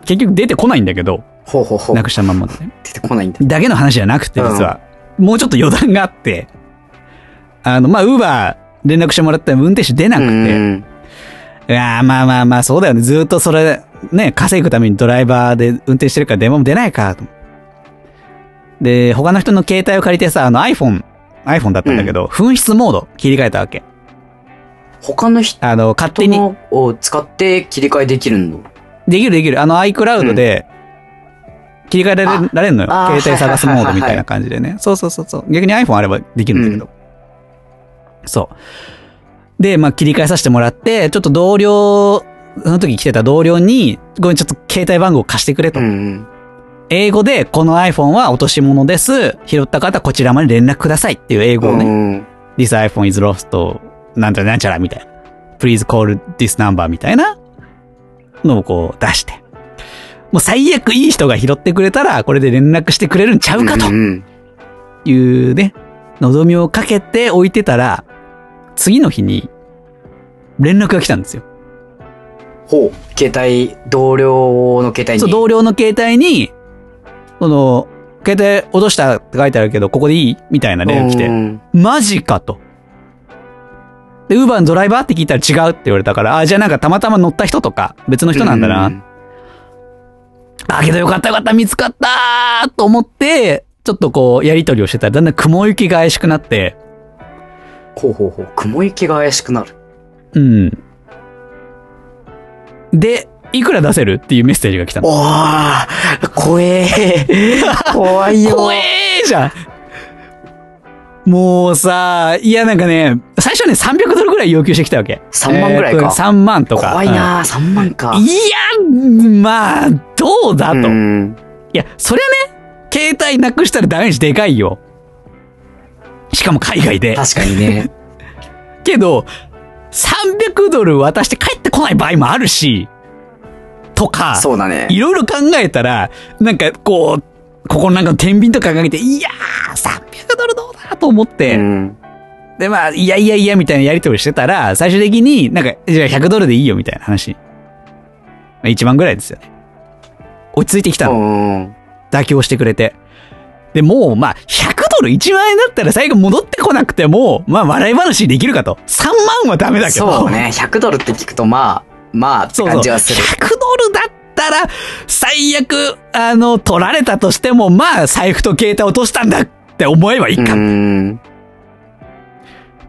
Speaker 1: 結局出てこないんだけど、
Speaker 2: ほうほうほう
Speaker 1: な。くしたまんまでね。
Speaker 2: 出てこないんだ。
Speaker 1: だけの話じゃなくて、
Speaker 2: うん
Speaker 1: 実は、もうちょっと余談があって、あの、まあ、ウーバー連絡してもらったら運転手出なく
Speaker 2: う
Speaker 1: て、
Speaker 2: んうん。
Speaker 1: いやーまあまあまあ、そうだよね。ずーっとそれ、ね、稼ぐためにドライバーで運転してるから電話も出ないか、と。で、他の人の携帯を借りてさ、あの iPhone、iPhone だったんだけど、紛失モード切り替えたわけ。
Speaker 2: 他の人
Speaker 1: あの、勝手に、
Speaker 2: のを使って切り替えできるの
Speaker 1: できるできる。あの iCloud で、切り替えられる
Speaker 2: あ
Speaker 1: られるのよ。
Speaker 2: あー
Speaker 1: 携帯探すモードみた
Speaker 2: はいはいはい
Speaker 1: い
Speaker 2: は
Speaker 1: な感じでね。そうそうそうそう。逆に iPhone あればできるんだけど。そう。で、まあ切り替えさせてもらって、ちょっと同僚、その時来てた同僚に、ごめん、ちょっと携帯番号貸してくれと。
Speaker 2: うんうん。
Speaker 1: 英語で、この iPhone は落とし物です。拾った方、こちらまで連絡くださいっていう英語をね。
Speaker 2: うん
Speaker 1: This iPhone is lost, なんちゃらなんちゃらみたいな。Please call this number みたいなのをこう出して。もう最悪いい人が拾ってくれたら、これで連絡してくれるんちゃうかと
Speaker 2: うんうん。
Speaker 1: いうね、望みをかけて置いてたら、次の日に連絡が来たんですよ。
Speaker 2: ほう。携帯、同僚の携帯に。
Speaker 1: そう、同僚の携帯に、その、携帯落としたって書いてあるけど、ここでいいみたいな連絡来て
Speaker 2: う。ん
Speaker 1: マジかと。で、ウーバーのドライバーって聞いたら違うって言われたから、あ、じゃあなんかたまたま乗った人とか、別の人なんだな。
Speaker 2: うん
Speaker 1: あ、けどよかったよかった、見つかったーと思って、ちょっとこう、やりとりをしてたら、だんだん雲行きが怪しくなって、
Speaker 2: ほうほうほう。雲行きが怪しくなる。
Speaker 1: うん。で、いくら出せるっていうメッセージが来たの。
Speaker 2: おー、怖え。怖いよ。
Speaker 1: 怖えーじゃんもうさ、いやなんかね、最初はね、300ドルぐらい要求してきたわけ。
Speaker 2: 3万ぐらいか
Speaker 1: えーと3万とか。
Speaker 2: 怖いなー、3万か。
Speaker 1: うん。いや、まあ、どうだと。
Speaker 2: うん
Speaker 1: いや、そりゃね、携帯なくしたらダメージでかいよ。しかも海外で。
Speaker 2: 確かに
Speaker 1: [LAUGHS]
Speaker 2: ね。
Speaker 1: けど、300ドル渡して帰ってこない場合もあるし、とか、
Speaker 2: そうだね。
Speaker 1: いろいろ考えたら、なんかこう、ここなんかの天秤とかかけて、いやー、300ドルどうだと思って、
Speaker 2: うん
Speaker 1: で、まあ、いやいやいやみたいなやりとりしてたら、最終的になんか、じゃあ100ドルでいいよみたいな話。まあ、1万ぐらいですよね。落ち着いてきたの。
Speaker 2: うん。
Speaker 1: 妥協してくれて。で、もう、まあ、100ドル1万円だったら最後戻ってこなくても、まあ、笑い話にできるかと。3万はダメだけど。
Speaker 2: そうね。100ドルって聞くと、まあ、まあ、って
Speaker 1: [LAUGHS] そうそう。100
Speaker 2: 感じ
Speaker 1: ド
Speaker 2: はする。
Speaker 1: ルだったら、最悪、あの、取られたとしても、まあ、財布と携帯落としたんだって思えばいいか
Speaker 2: うん。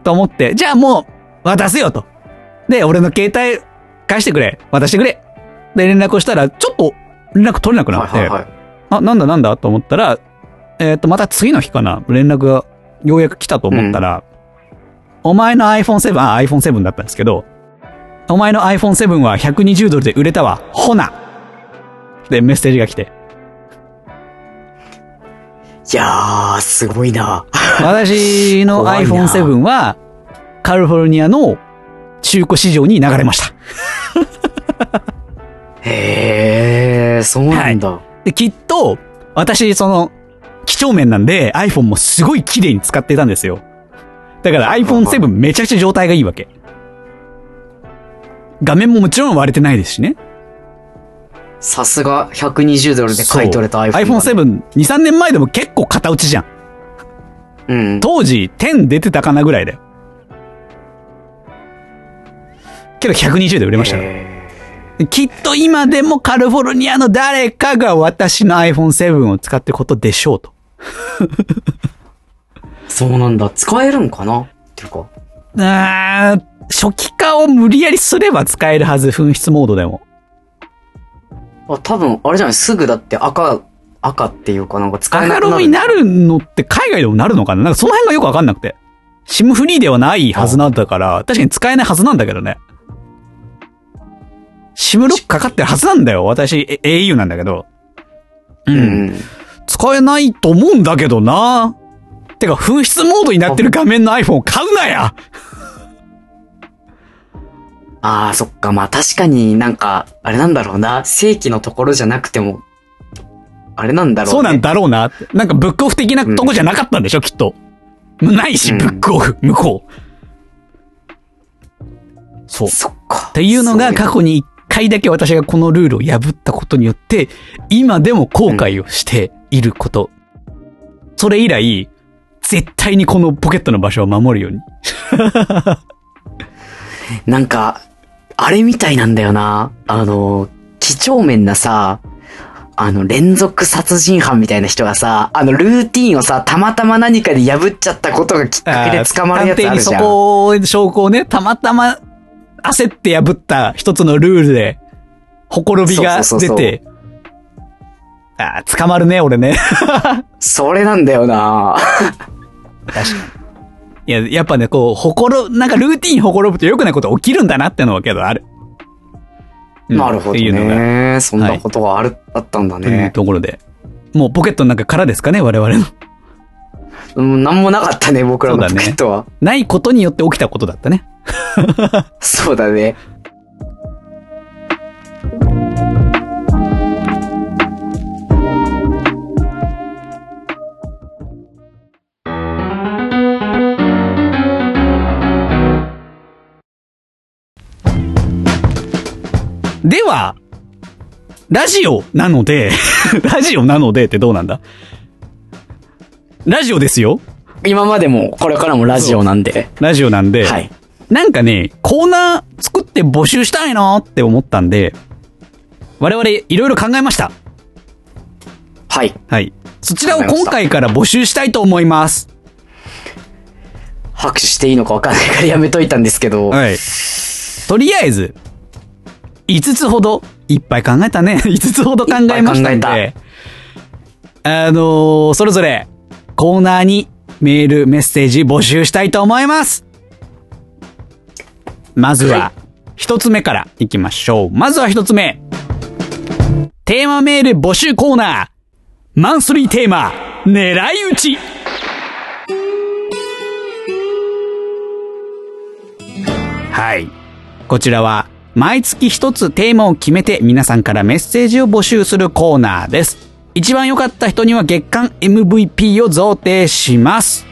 Speaker 1: と思って、じゃあもう、渡すよと。で、俺の携帯返してくれ。渡してくれ。で、連絡をしたら、ちょっと連絡取れなくなって、
Speaker 2: はいはいはい。
Speaker 1: あ、なんだなんだと思ったら、えっ、と、また次の日かな、連絡がようやく来たと思ったら、お前の iPhone7、あ、iPhone7 だったんですけど、お前の iPhone7 は120ドルで売れたわ。ほなで、メッセージが来て。
Speaker 2: いやー、すごいな。
Speaker 1: 私の
Speaker 2: 怖いな
Speaker 1: iPhone7 は、カリフォルニアの中古市場に流れました。
Speaker 2: へえ、そうなんだ。
Speaker 1: で、きっと、私、その、几帳面なんで iPhone もすごい綺麗に使ってたんですよ。だから iPhone7 めちゃくちゃ状態がいいわけ。画面ももちろん割れてないですしね。
Speaker 2: さすが、120ドルで買い取れた iPhone だね。
Speaker 1: iPhone7、2、3年前でも結構型落ちじゃん。
Speaker 2: うん。
Speaker 1: 当時、10出てたかなぐらいだよ。けど120で売れましたよ。
Speaker 2: へ
Speaker 1: きっと今でもカリフォルニアの誰かが私の iPhone7 を使ってることでしょうと。
Speaker 2: ーそうなんだ。使えるんかなっていうか。
Speaker 1: あー初期化を無理やりすれば使えるはず、紛失モードでも。
Speaker 2: あ、多分、あれじゃない、すぐだって赤、赤っていうかなんか使え
Speaker 1: ア
Speaker 2: な
Speaker 1: ナ
Speaker 2: くなる。
Speaker 1: ログになるのって海外でもなるのかななんかその辺がよくわかんなくて。シムフリーではないはずなんだから、確かに使えないはずなんだけどね。シムロックかかってるはずなんだよ。私、え au なんだけど。う。
Speaker 2: うんん。
Speaker 1: 使えないと思うんだけどな。てか、紛失モードになってる画面の iPhone を買うなや
Speaker 2: ああ、そっか。まあ確かになんか、あれなんだろうな。正規のところじゃなくても、あれなんだろう、ね。
Speaker 1: そうなん。だろうなって。なんかブックオフ的なとこじゃなかったんでしょ、きっと。ないし、
Speaker 2: うん
Speaker 1: ブックオフ、向こう。そう。っ
Speaker 2: そっか。って
Speaker 1: いうのが過去に一回だけ私がこのルールを破ったことによって、今でも後悔をしていること。それ以来、絶対にこのポケットの場所を守るように。
Speaker 2: なんか、あれみたいなんだよな。あの、几帳面なさ、あの、連続殺人犯みたいな人がさ、あの、ルーティンをさ、たまたま何かで破っちゃったことがきっかけで捕まるやつあ
Speaker 1: 探偵
Speaker 2: る
Speaker 1: に
Speaker 2: じ
Speaker 1: そ
Speaker 2: ゃん。
Speaker 1: こを、証拠をね、たまたま焦って破った一つのルールで、ほころびが
Speaker 2: そうそ
Speaker 1: 出
Speaker 2: うそうそう
Speaker 1: て、ああ、捕まるね、俺ね。
Speaker 2: それなんだよな。
Speaker 1: いや、やっぱね、こう、ほころ、なんかルーティンほころぶと良くないこと起きるんだなってのはけどある。うん
Speaker 2: なるほど
Speaker 1: っていうのが、
Speaker 2: ね。そんなことがある、あったんだ
Speaker 1: という
Speaker 2: ね。
Speaker 1: ところで。もうポケットの中からですかね、我々の。
Speaker 2: うん、なんもなかったね、僕らのポ
Speaker 1: そうだね
Speaker 2: ケットは。
Speaker 1: ないことによって起きたことだったね。
Speaker 2: そうだね。
Speaker 1: では、ラジオなので、 [LAUGHS] ラジオなのでってどうなんだラジオですよ
Speaker 2: 今までも、これからもラジオなんで。
Speaker 1: ラジオなんで、
Speaker 2: はい。
Speaker 1: なんかね、コーナー作って募集したいなーって思ったんで、我々いろいろ考えました。
Speaker 2: はい。
Speaker 1: はい。そちらを今回から募集したいと思います。
Speaker 2: 拍手していいのかわかんないからやめといたんですけど。
Speaker 1: はい。とりあえず、5つほど、いっぱい考えたね。5つ [LAUGHS] ほど考えました
Speaker 2: い
Speaker 1: ん
Speaker 2: っぱ
Speaker 1: で
Speaker 2: い、
Speaker 1: あのーそれぞれ、コーナーにメール、メッセージ募集したいと思います。まず
Speaker 2: は、
Speaker 1: はい一つ目から行きましょう。まずは一つ目。テーマメール募集コーナー。マンスリーテーマ、狙い撃ち。はい。こちらは、毎月一つテーマを決めて皆さんからメッセージを募集するコーナーです。一番良かった人には月間 MVP を贈呈します。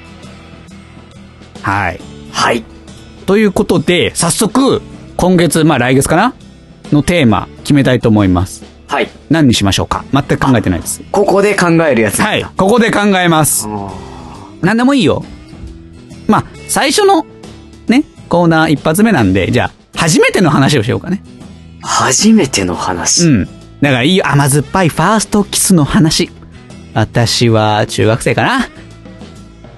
Speaker 1: はい。
Speaker 2: はい。
Speaker 1: ということで、早速、今月、まあ来月かなのテーマ決めたいと思います。
Speaker 2: はい。
Speaker 1: 何にしましょうか全く考えてないです。
Speaker 2: ここで考えるやつ。
Speaker 1: はい。ここで考えます。
Speaker 2: あ
Speaker 1: 何でもいいよ。まあ、最初の、ね、コーナー一発目なんで、じゃあ、初めての話をしようかね。
Speaker 2: ー初めての話。
Speaker 1: うん。だからいいよ甘酸っぱいファーストキスの話。私は中学生かな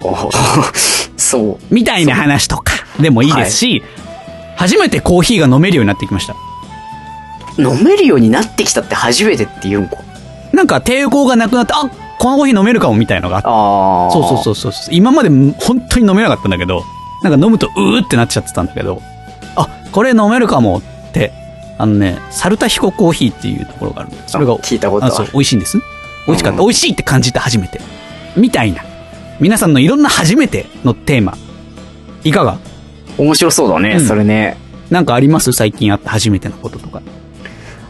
Speaker 2: おーそう。
Speaker 1: みたいな話とかでもいいですし、初めてコーヒーが飲めるようになってきました。
Speaker 2: 飲めるようになってきたって初めてって言うんか。
Speaker 1: なんか抵抗がなくなって、あこのコーヒー飲めるかもみたいなのがあって。
Speaker 2: ああ。。
Speaker 1: そうそうそううそう。今まで本当に飲めなかったんだけど、なんか飲むとうーってなっちゃってたんだけど、あ、これ飲めるかもって、あのね、サルタヒココーヒーっていうところがあるんだよそれが
Speaker 2: あ聞いたことある
Speaker 1: そう、美味しいんです。美味しかった。
Speaker 2: うん
Speaker 1: 美味しいって感じて初めて。みたいな。皆さんのいろんな初めてのテーマ。いかが
Speaker 2: 面白そうだね、
Speaker 1: うん
Speaker 2: それね。
Speaker 1: なんかあります最近あった初めてのこととか。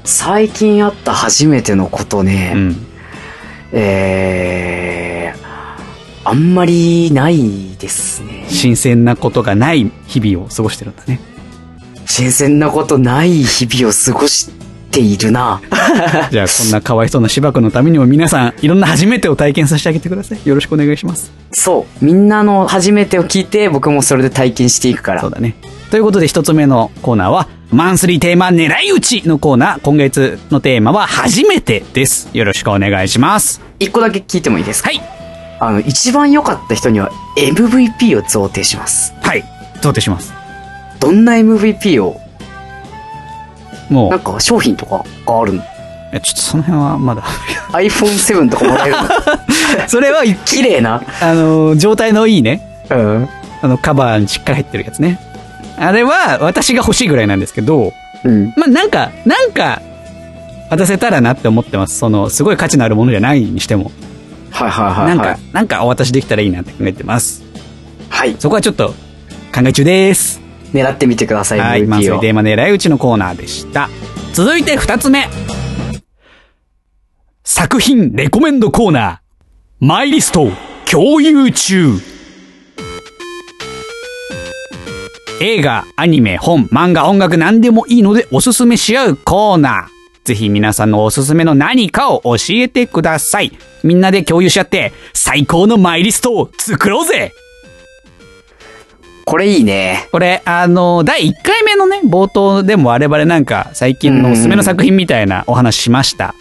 Speaker 2: 最近あった初めてのことね、
Speaker 1: うん。
Speaker 2: えー、あんまりないですね。
Speaker 1: 新鮮なことがない日々を過ごしてるんだね。
Speaker 2: 新鮮なことない日々を過ごしているな。 [LAUGHS]
Speaker 1: じゃあ、こんなかわいそうな芝生のためにも皆さん、いろんな初めてを体験させてあげてください。よろしくお願いします。
Speaker 2: そう。みんなの初めてを聞いて、僕もそれで体験していくから。
Speaker 1: そうだね。ということで、一つ目のコーナーは、マンスリーテーマ狙い撃ちのコーナー。今月のテーマは、初めてです。よろしくお願いします。
Speaker 2: 一個だけ聞いてもいいですか
Speaker 1: はい。
Speaker 2: あの、一番良かった人には MVP を贈呈します。
Speaker 1: はい。贈呈します。
Speaker 2: どんな MVP を、
Speaker 1: も
Speaker 2: なん
Speaker 1: う、
Speaker 2: か商品とかがある
Speaker 1: い
Speaker 2: の
Speaker 1: やちょっとその辺はまだ。
Speaker 2: ?iPhone7 とかもらえるの
Speaker 1: [LAUGHS] それは、
Speaker 2: 綺麗な。
Speaker 1: あの、状態のいいね。
Speaker 2: うん。
Speaker 1: あの、カバーにしっかり入ってるやつね。あれは、私が欲しいぐらいなんですけど、
Speaker 2: うん。
Speaker 1: まあ、なんか、なんか、渡せたらなって思ってます。その、すごい価値のあるものじゃないにしても。
Speaker 2: はいはいはい、は
Speaker 1: な
Speaker 2: い。
Speaker 1: んか、なんかお渡しできたらいいなって考えてます。
Speaker 2: はい。
Speaker 1: そこはちょっと、考え中です。
Speaker 2: 狙ってみてください、
Speaker 1: はい、満
Speaker 2: MVP
Speaker 1: 載
Speaker 2: を。
Speaker 1: テーマ狙い撃ちのコーナーでした。続いて二つ目。作品レコメンドコーナー。マイリスト共有中。映画、アニメ、本、漫画、音楽何でもいいのでおすすめし合うコーナー。ぜひ皆さんのおすすめの何かを教えてください。みんなで共有し合って最高のマイリストを作ろうぜ
Speaker 2: これいいね。
Speaker 1: これ、あの、第1回目のね、冒頭でも我々なんか最近のおすすめの作品みたいなお話しました。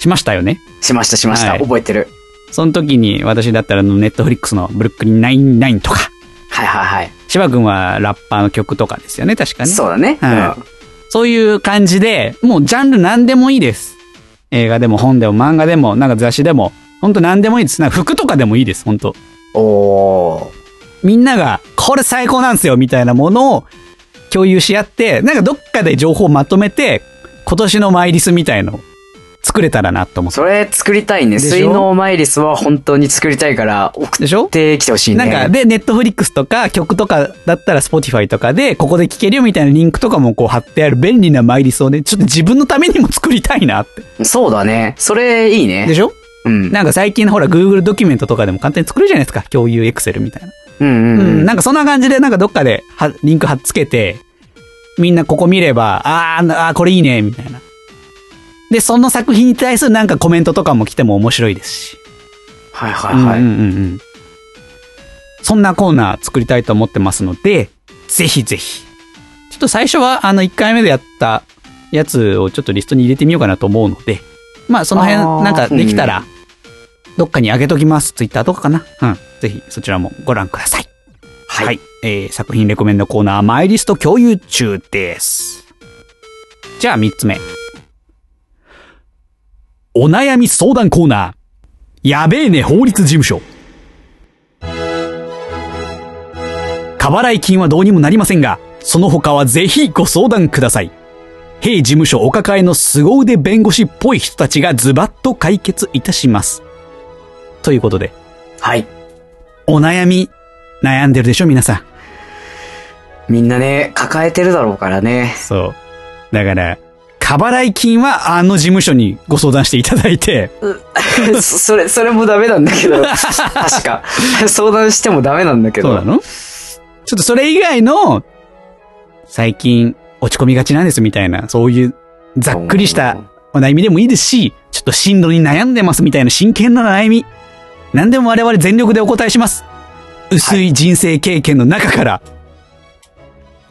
Speaker 1: しましたよね。
Speaker 2: しましたしました。
Speaker 1: はい
Speaker 2: 覚えてる。
Speaker 1: その時に私だったらあのネットフリックスのブルックリン99とか、
Speaker 2: はいはいはい。
Speaker 1: 芝君はラッパーの曲とかですよね、確かね。
Speaker 2: そうだね。
Speaker 1: はい
Speaker 2: うん。
Speaker 1: そういう感じで、もうジャンル何でもいいです。映画でも本でも漫画でも、なんか雑誌でも、ほんと何でもいいです。なんか服とかでもいいです、ほんと。
Speaker 2: おー。
Speaker 1: みんなが、これ最高なんですよ、みたいなものを共有し合って、なんかどっかで情報をまとめて、今年のマイリスみたいのを作れたらなと思って。
Speaker 2: それ作りたいね。
Speaker 1: でしょ
Speaker 2: 水のマイリスは本当に作りたいから送
Speaker 1: でしょ
Speaker 2: ってきてほしい
Speaker 1: な
Speaker 2: ね。
Speaker 1: んか、で、ネットフリックスとか曲とかだったら Spotify とかで、ここで聴けるよみたいなリンクとかもこう貼ってある便利なマイリスをね、ちょっと自分のためにも作りたいなって。
Speaker 2: そうだね。それいいね。
Speaker 1: でしょ
Speaker 2: うん。
Speaker 1: なんか最近ほら Google ドキュメントとかでも簡単に作るじゃないですか。共有 Excel みたいな。
Speaker 2: うん
Speaker 1: う、
Speaker 2: うんん。
Speaker 1: なんかそんな感じで、なんかどっかではリンク貼っつけて、みんなここ見れば、あーなあー、これいいね、みたいな。で、その作品に対するなんかコメントとかも来ても面白いですし。
Speaker 2: はいはい
Speaker 1: う
Speaker 2: は
Speaker 1: んうんう
Speaker 2: い。
Speaker 1: んうん。そんなコーナー作りたいと思ってますので、ぜひぜひ。ちょっと最初は、あの、1回目でやったやつをちょっとリストに入れてみようかなと思うので、まあ、その辺、
Speaker 2: あー
Speaker 1: なんかできたら、どっかに上げときます。ツイッターとかかな。うん。ぜひ、そちらもご覧ください。
Speaker 2: はい
Speaker 1: えー作品レコメンドコーナー、マイリスト共有中です。じゃあ、3つ目。お悩み相談コーナー。やべえね法律事務所。過払い金はどうにもなりませんが、その他はぜひご相談ください。弊事務所お抱えの凄腕弁護士っぽい人たちがズバッと解決いたします。ということで、
Speaker 2: はい。
Speaker 1: お悩み、悩んでるでしょ皆さん。
Speaker 2: みんなね、抱えてるだろうから
Speaker 1: [LAUGHS]
Speaker 2: ね。
Speaker 1: そう。だから、過払い金はあの事務所にご相談していただいて、
Speaker 2: そそれ、それもダメなん
Speaker 1: [LAUGHS]
Speaker 2: だけど。確か。相談してもダメなんだけど。
Speaker 1: そうなのちょっとそれ以外の、最近落ち込みがちなんですみたいな、そういうざっくりしたお悩みでもいいですし、ちょっと進路に悩んでますみたいな真剣な悩み、何でも我々全力でお答えします。薄い人生経験の中から、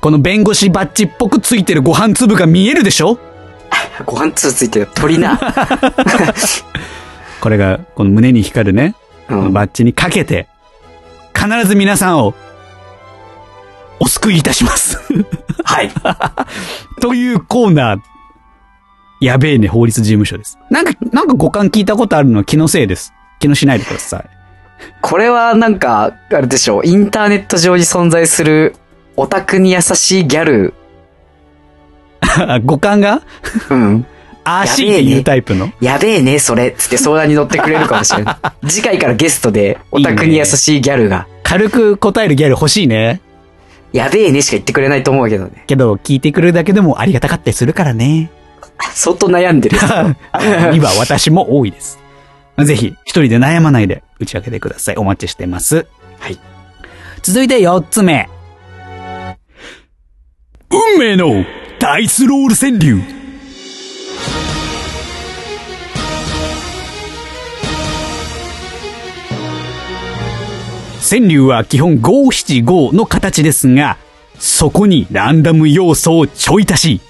Speaker 1: この弁護士バッジっぽくついてるご飯粒が見えるでしょ
Speaker 2: ご飯粒ついてる。鳥な。
Speaker 1: これが、この胸に光るね、 [LAUGHS]
Speaker 2: うん
Speaker 1: このバッジにかけて、必ず皆さんをお救いいたします。 [LAUGHS]
Speaker 2: はい。
Speaker 1: というコーナー。やべえね、法律事務所です。なんか、なんか五感聞いたことあるのは気のせいです。気のしないでください。
Speaker 2: これはなんか、あれでしょう、インターネット上に存在するオタクに優しいギャル。
Speaker 1: あ [LAUGHS] 五感が
Speaker 2: うん。
Speaker 1: あーしーっていうタイプの。
Speaker 2: やべえね、それ。つって相談に乗ってくれるかもし [LAUGHS] れない。次回からゲストで、オタクに優しいギャルが、
Speaker 1: 軽く答えるギャル欲しいね。
Speaker 2: やべえねしか言ってくれないと思うけどね。
Speaker 1: けど、聞いてくれるだけでもありがたかったりするからね。
Speaker 2: 相当悩ん [LAUGHS] でる。
Speaker 1: [LAUGHS] 今、私も多いです。ぜひ、一人で悩まないで打ち明けてください。お待ちしてます。
Speaker 2: はい。
Speaker 1: 続いて四つ目。運命のダイスロール川柳。川柳は基本五七五の形ですが、そこにランダム要素をちょい足し、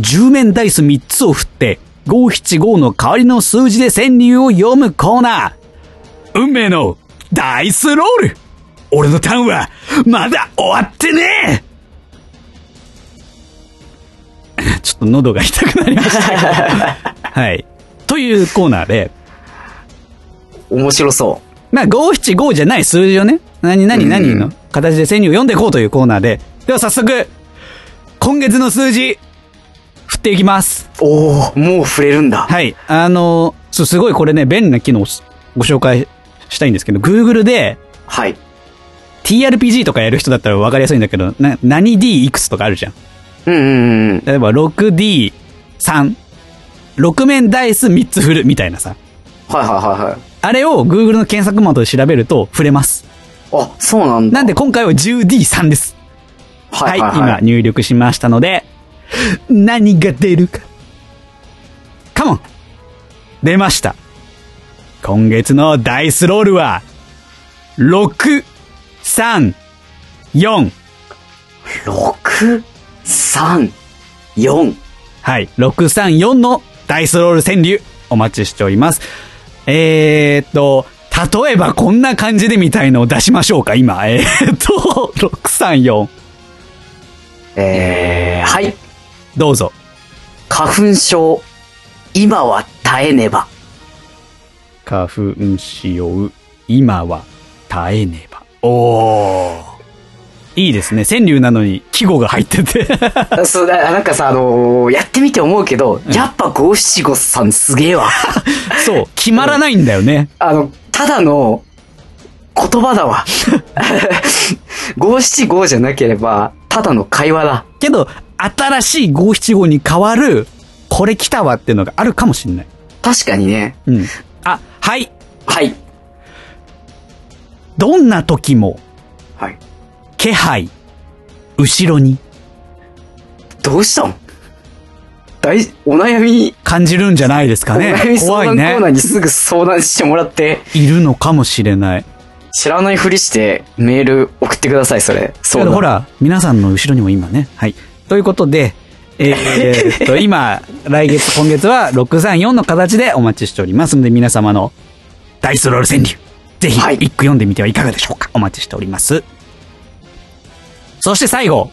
Speaker 1: 10面ダイス3つを振って、五七五の代わりの数字で川柳を読むコーナー。運命のダイスロール俺のターンはまだ終わってねえ [LAUGHS] ちょっと喉が痛くなりましたけど。はい。というコーナーで、
Speaker 2: 面白そ
Speaker 1: まあ、五七五じゃない数字をね、何何何の形で川柳を読んでいこうというコーナーで、では早速、今月の数字、振っていきます。
Speaker 2: う。おー、もう触れるんだ。
Speaker 1: はい。あの、そうすごいこれね、便利な機能をすご紹介したいんですけど、Google で
Speaker 2: はい。
Speaker 1: TRPG とかやる人だったら分かりやすいんだけど、な、何 D いくつとかあるじゃん。
Speaker 2: うんうんうん。
Speaker 1: 例えば 6D3。6面ダイス3つ振るみたいなさ。
Speaker 2: はいはいはいはい。
Speaker 1: あれを Google の検索窓で調べると振れます。
Speaker 2: あ、そうなんだ。
Speaker 1: なんで今回は 10D3 です。
Speaker 2: はいはい
Speaker 1: 今
Speaker 2: はい。
Speaker 1: 入力しましたので、何が出るか。カモン出ました。今月のダイスロールは、6、3、4。
Speaker 2: 6、3、4。
Speaker 1: はい。634のダイスロール川柳、お待ちしております。えーっと、例えばこんな感じでみたいのを出しましょうか、今。えーっと、634。
Speaker 2: えー、はい。
Speaker 1: どうぞ。
Speaker 2: 花粉症。今は耐えねば。
Speaker 1: 花粉しよう。今は耐えねば。おー。いいですね。川柳なのに季語が入って [LAUGHS] て。
Speaker 2: そうだ、なんかさ、あのーやってみて思うけど、やっぱ五七五三すげ
Speaker 1: [LAUGHS]
Speaker 2: えわ。
Speaker 1: そう。決まらないんだよね。
Speaker 2: あの、ただの、言葉だわ。 [LAUGHS] 五七五じゃなければ、ただの会話だ。
Speaker 1: けど、新しい五七五に変わる、これ来たわっていうのがあるかもしんない。
Speaker 2: 確かにね。
Speaker 1: うん。 [LAUGHS] あ、はい。
Speaker 2: はい。
Speaker 1: どんな時も、
Speaker 2: はい。
Speaker 1: 気配、後ろに
Speaker 2: どうしたん大、お悩み、
Speaker 1: 感じるんじゃないですか
Speaker 2: お悩
Speaker 1: ね
Speaker 2: み。相
Speaker 1: 怖
Speaker 2: 談コ
Speaker 1: い
Speaker 2: ーナー
Speaker 1: ね。
Speaker 2: にすぐ相談してもらって、
Speaker 1: いるのかもしれない。
Speaker 2: 知らないふりしてメール送ってください、それ。そう
Speaker 1: け
Speaker 2: だ。
Speaker 1: どほ。ら、皆さんの後ろにも今ね。はい。ということで、えーえーっ
Speaker 2: [LAUGHS]
Speaker 1: と、今、来月、今月は634の形でお待ちしておりますので、皆様のダイスロール川柳、ぜひ、
Speaker 2: はい
Speaker 1: 一句読んでみてはいかがでしょうか。お待ちしております。そして最後。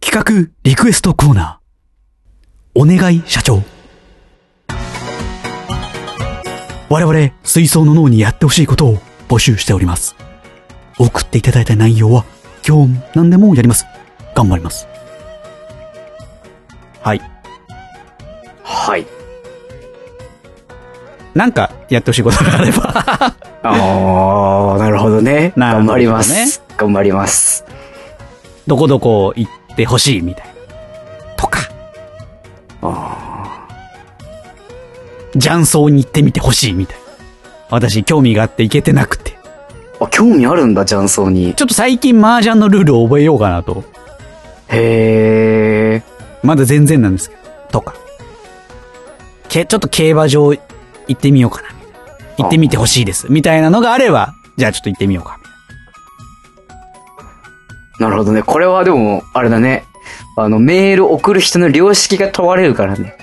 Speaker 1: 企画、リクエストコーナー。お願い、社長。我々、水槽の脳にやってほしいことを募集しております。送っていただいた内容は、今日何でもやります。頑張ります。はい。
Speaker 2: はい。
Speaker 1: なんか、やってほしいことがあれば。
Speaker 2: ああ、なるほどね。
Speaker 1: なるほどね
Speaker 2: 頑張ります。頑張ります。
Speaker 1: どこどこ行ってほしいみたいな。とか。雀荘に行ってみてほしいみたいな。私、興味があって行けてなくて。
Speaker 2: あ、興味あるんだ、雀荘に。
Speaker 1: ちょっと最近麻雀のルールを覚えようかなと。
Speaker 2: へえ。
Speaker 1: まだ全然なんですけど。とか。け、ちょっと競馬場行ってみようかな。行ってみてほしいです。みたいなのがあれば、じゃあちょっと行ってみようか。
Speaker 2: なるほどね。これはでも、あれだね。あの、メール送る人の良識が問われるからね。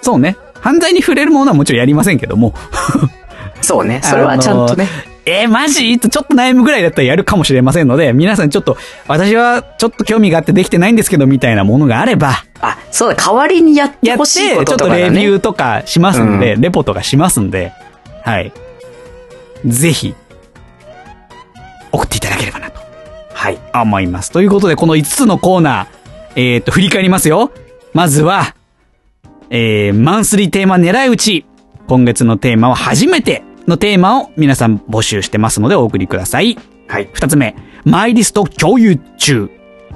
Speaker 1: そうね。犯罪に触れるものはもちろんやりませんけども。
Speaker 2: そうね。それはちゃんとね。
Speaker 1: えー、マジとちょっと悩むぐらいだったらやるかもしれませんので、皆さんちょっと、私はちょっと興味があってできてないんですけど、みたいなものがあれば、
Speaker 2: あ、そうだ、代わりにやって
Speaker 1: やっ
Speaker 2: ほ
Speaker 1: て、
Speaker 2: し
Speaker 1: ち
Speaker 2: い
Speaker 1: ょ
Speaker 2: こ
Speaker 1: っ
Speaker 2: とと
Speaker 1: と
Speaker 2: か
Speaker 1: レ
Speaker 2: だね。
Speaker 1: ビューとかしますんで、
Speaker 2: う
Speaker 1: レポとかしますんで、はい。ぜひ、送っていただければなと
Speaker 2: はい。
Speaker 1: 思います。ということで、この5つのコーナー、えっ、と、振り返りますよ。まずは、えー、マンスリーテーマ狙い撃ち。今月のテーマは初めてのテーマを皆さん募集してますのでお送りください。
Speaker 2: はい。
Speaker 1: 二つ目、マイリスト共有中。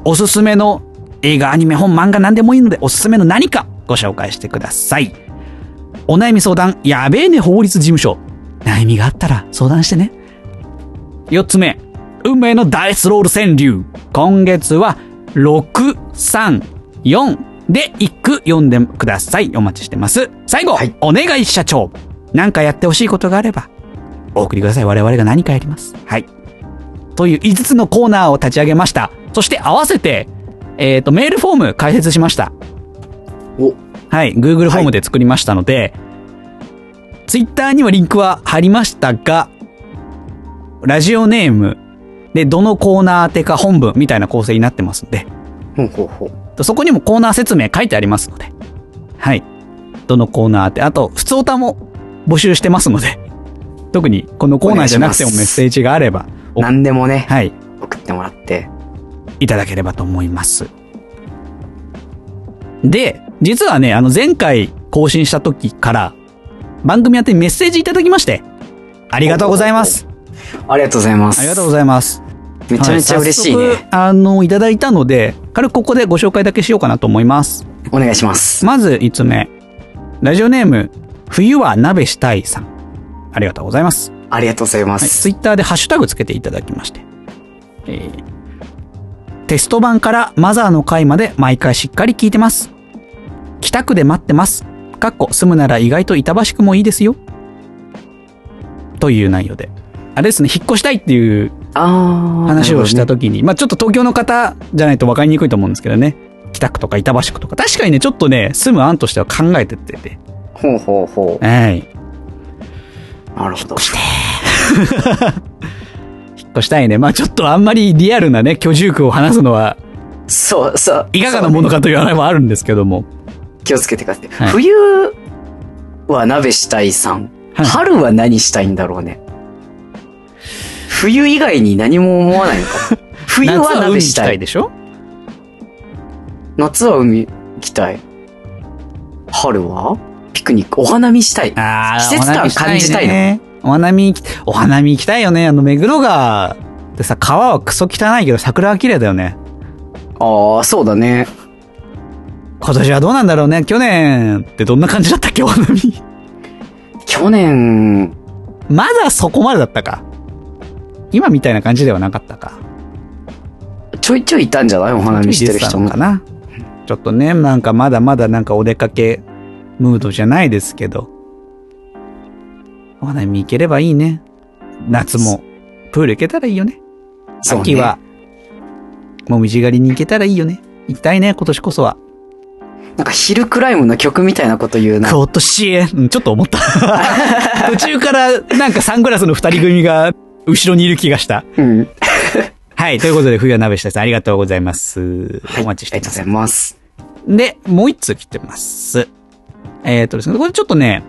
Speaker 1: おすすめの映画、アニメ、本、漫画何でもいいのでおすすめの何かご紹介してください。お悩み相談、やべえね法律事務所。悩みがあったら相談してね。四つ目、運命のダイスロール川柳。今月は6、3、4で一句読んでください。お待ちしてます。最後、
Speaker 2: はい
Speaker 1: お願い社長。何かやってほしいことがあれば、お送りください。我々が何かやります。はい。という5つのコーナーを立ち上げました。そして合わせて、えっ、と、メールフォーム開設しました。
Speaker 2: お、
Speaker 1: はい。Google フォームで作りましたので、Twitter にはリンクは貼りましたが、ラジオネームでどのコーナー宛てか本文みたいな構成になってますんで、
Speaker 2: ほうほうほう。
Speaker 1: そこにもコーナー説明書いてありますので、はい。どのコーナー宛て、あと、普通歌も募集してますので、特にこのコーナーじゃなくても
Speaker 2: お
Speaker 1: メ
Speaker 2: 願
Speaker 1: ッ
Speaker 2: いします
Speaker 1: セージがあれば、お
Speaker 2: 何でもね、
Speaker 1: はい。
Speaker 2: 送ってもらって。
Speaker 1: いただければと思います。で、実はね、あの前回更新した時から番組宛てにメッセージいただきまして、ありがとうございます。
Speaker 2: ありがとうございます。
Speaker 1: ありがとうご
Speaker 2: ざい
Speaker 1: ざいます。
Speaker 2: ます。めちゃめちゃ
Speaker 1: はい
Speaker 2: 嬉しい
Speaker 1: 早速
Speaker 2: ね。
Speaker 1: あの、いただいたので、軽くここでご紹介だけしようかなと思います。
Speaker 2: お願いします。
Speaker 1: まず5つ目。ラジオネーム、冬は鍋したいさん。ありがとうございます。
Speaker 2: ありがとうございま
Speaker 1: はい、
Speaker 2: す。
Speaker 1: ツイッターでハッシュタグつけていただきまして、えーテスト版からマザーの回まで毎回しっかり聞いてます。北区で待ってます。かっこ住むなら意外と板橋区もいいですよ。という内容で。あれですね、引っ越したいっていう
Speaker 2: ああ。
Speaker 1: 話をした
Speaker 2: と。
Speaker 1: 時に、まあちょっと東京の方じゃないと分かりにくいと思うんですけどね。北区とか板橋区とか。確かにね、ちょっとね、住む案としては考えてってて。
Speaker 2: ほうほうほ
Speaker 1: はい。
Speaker 2: う。なるほど。
Speaker 1: 引っ越したいね。まあちょっとあんまりリアルなね、居住区を話すのは
Speaker 2: そうそう。
Speaker 1: いかがなもの
Speaker 2: そう
Speaker 1: かというあれもあるんですけども。
Speaker 2: ね気をつけてください。
Speaker 1: はい
Speaker 2: 冬は鍋したいさん。
Speaker 1: はい
Speaker 2: 春は何したいんだろうね。冬以外に何も思わないのかな。冬
Speaker 1: [LAUGHS] 夏
Speaker 2: は
Speaker 1: 海
Speaker 2: 鍋
Speaker 1: 行
Speaker 2: し
Speaker 1: き
Speaker 2: た
Speaker 1: た
Speaker 2: い
Speaker 1: い。でしょ
Speaker 2: 夏は海行きたい。春はピクニック。お花見したい。
Speaker 1: あー
Speaker 2: 季節感感じたいの
Speaker 1: ね。お花見行き、お花見行きたいよね。あの、目黒川でさ、川はクソ汚いけど桜は綺麗だよね。
Speaker 2: ああ、そうだね。
Speaker 1: 今年はどうなんだろうね。去年ってどんな感じだったっけ、お花見。
Speaker 2: 去年、
Speaker 1: まだそこまでだったか。今みたいな感じではなかったか。
Speaker 2: ちょいちょいいたんじゃないお花見してる人も
Speaker 1: か。な。ちょっとね、なんかまだまだなんかお出かけムードじゃないですけど。お花見行ければいいね。夏もプール行けたらいいよね。
Speaker 2: そうね
Speaker 1: 秋は、もみじ狩りに行けたらいいよね。行きたいね、今年こそは。
Speaker 2: なんかヒルクライムの曲みたいなこと言
Speaker 1: [LAUGHS]
Speaker 2: うな。
Speaker 1: 今年へ、うん、ちょっと思
Speaker 2: [LAUGHS]
Speaker 1: った。途中からなんかサングラスの二人組が後ろにいる気がした。
Speaker 2: うん。はい。
Speaker 1: はい、ということで冬は鍋下さんありがとうございます。お待ちして
Speaker 2: あ
Speaker 1: い
Speaker 2: り
Speaker 1: ま
Speaker 2: がとうご
Speaker 1: す
Speaker 2: ざい。ます。
Speaker 1: で、もう一通来てます。えっ、とですね、これちょっとね、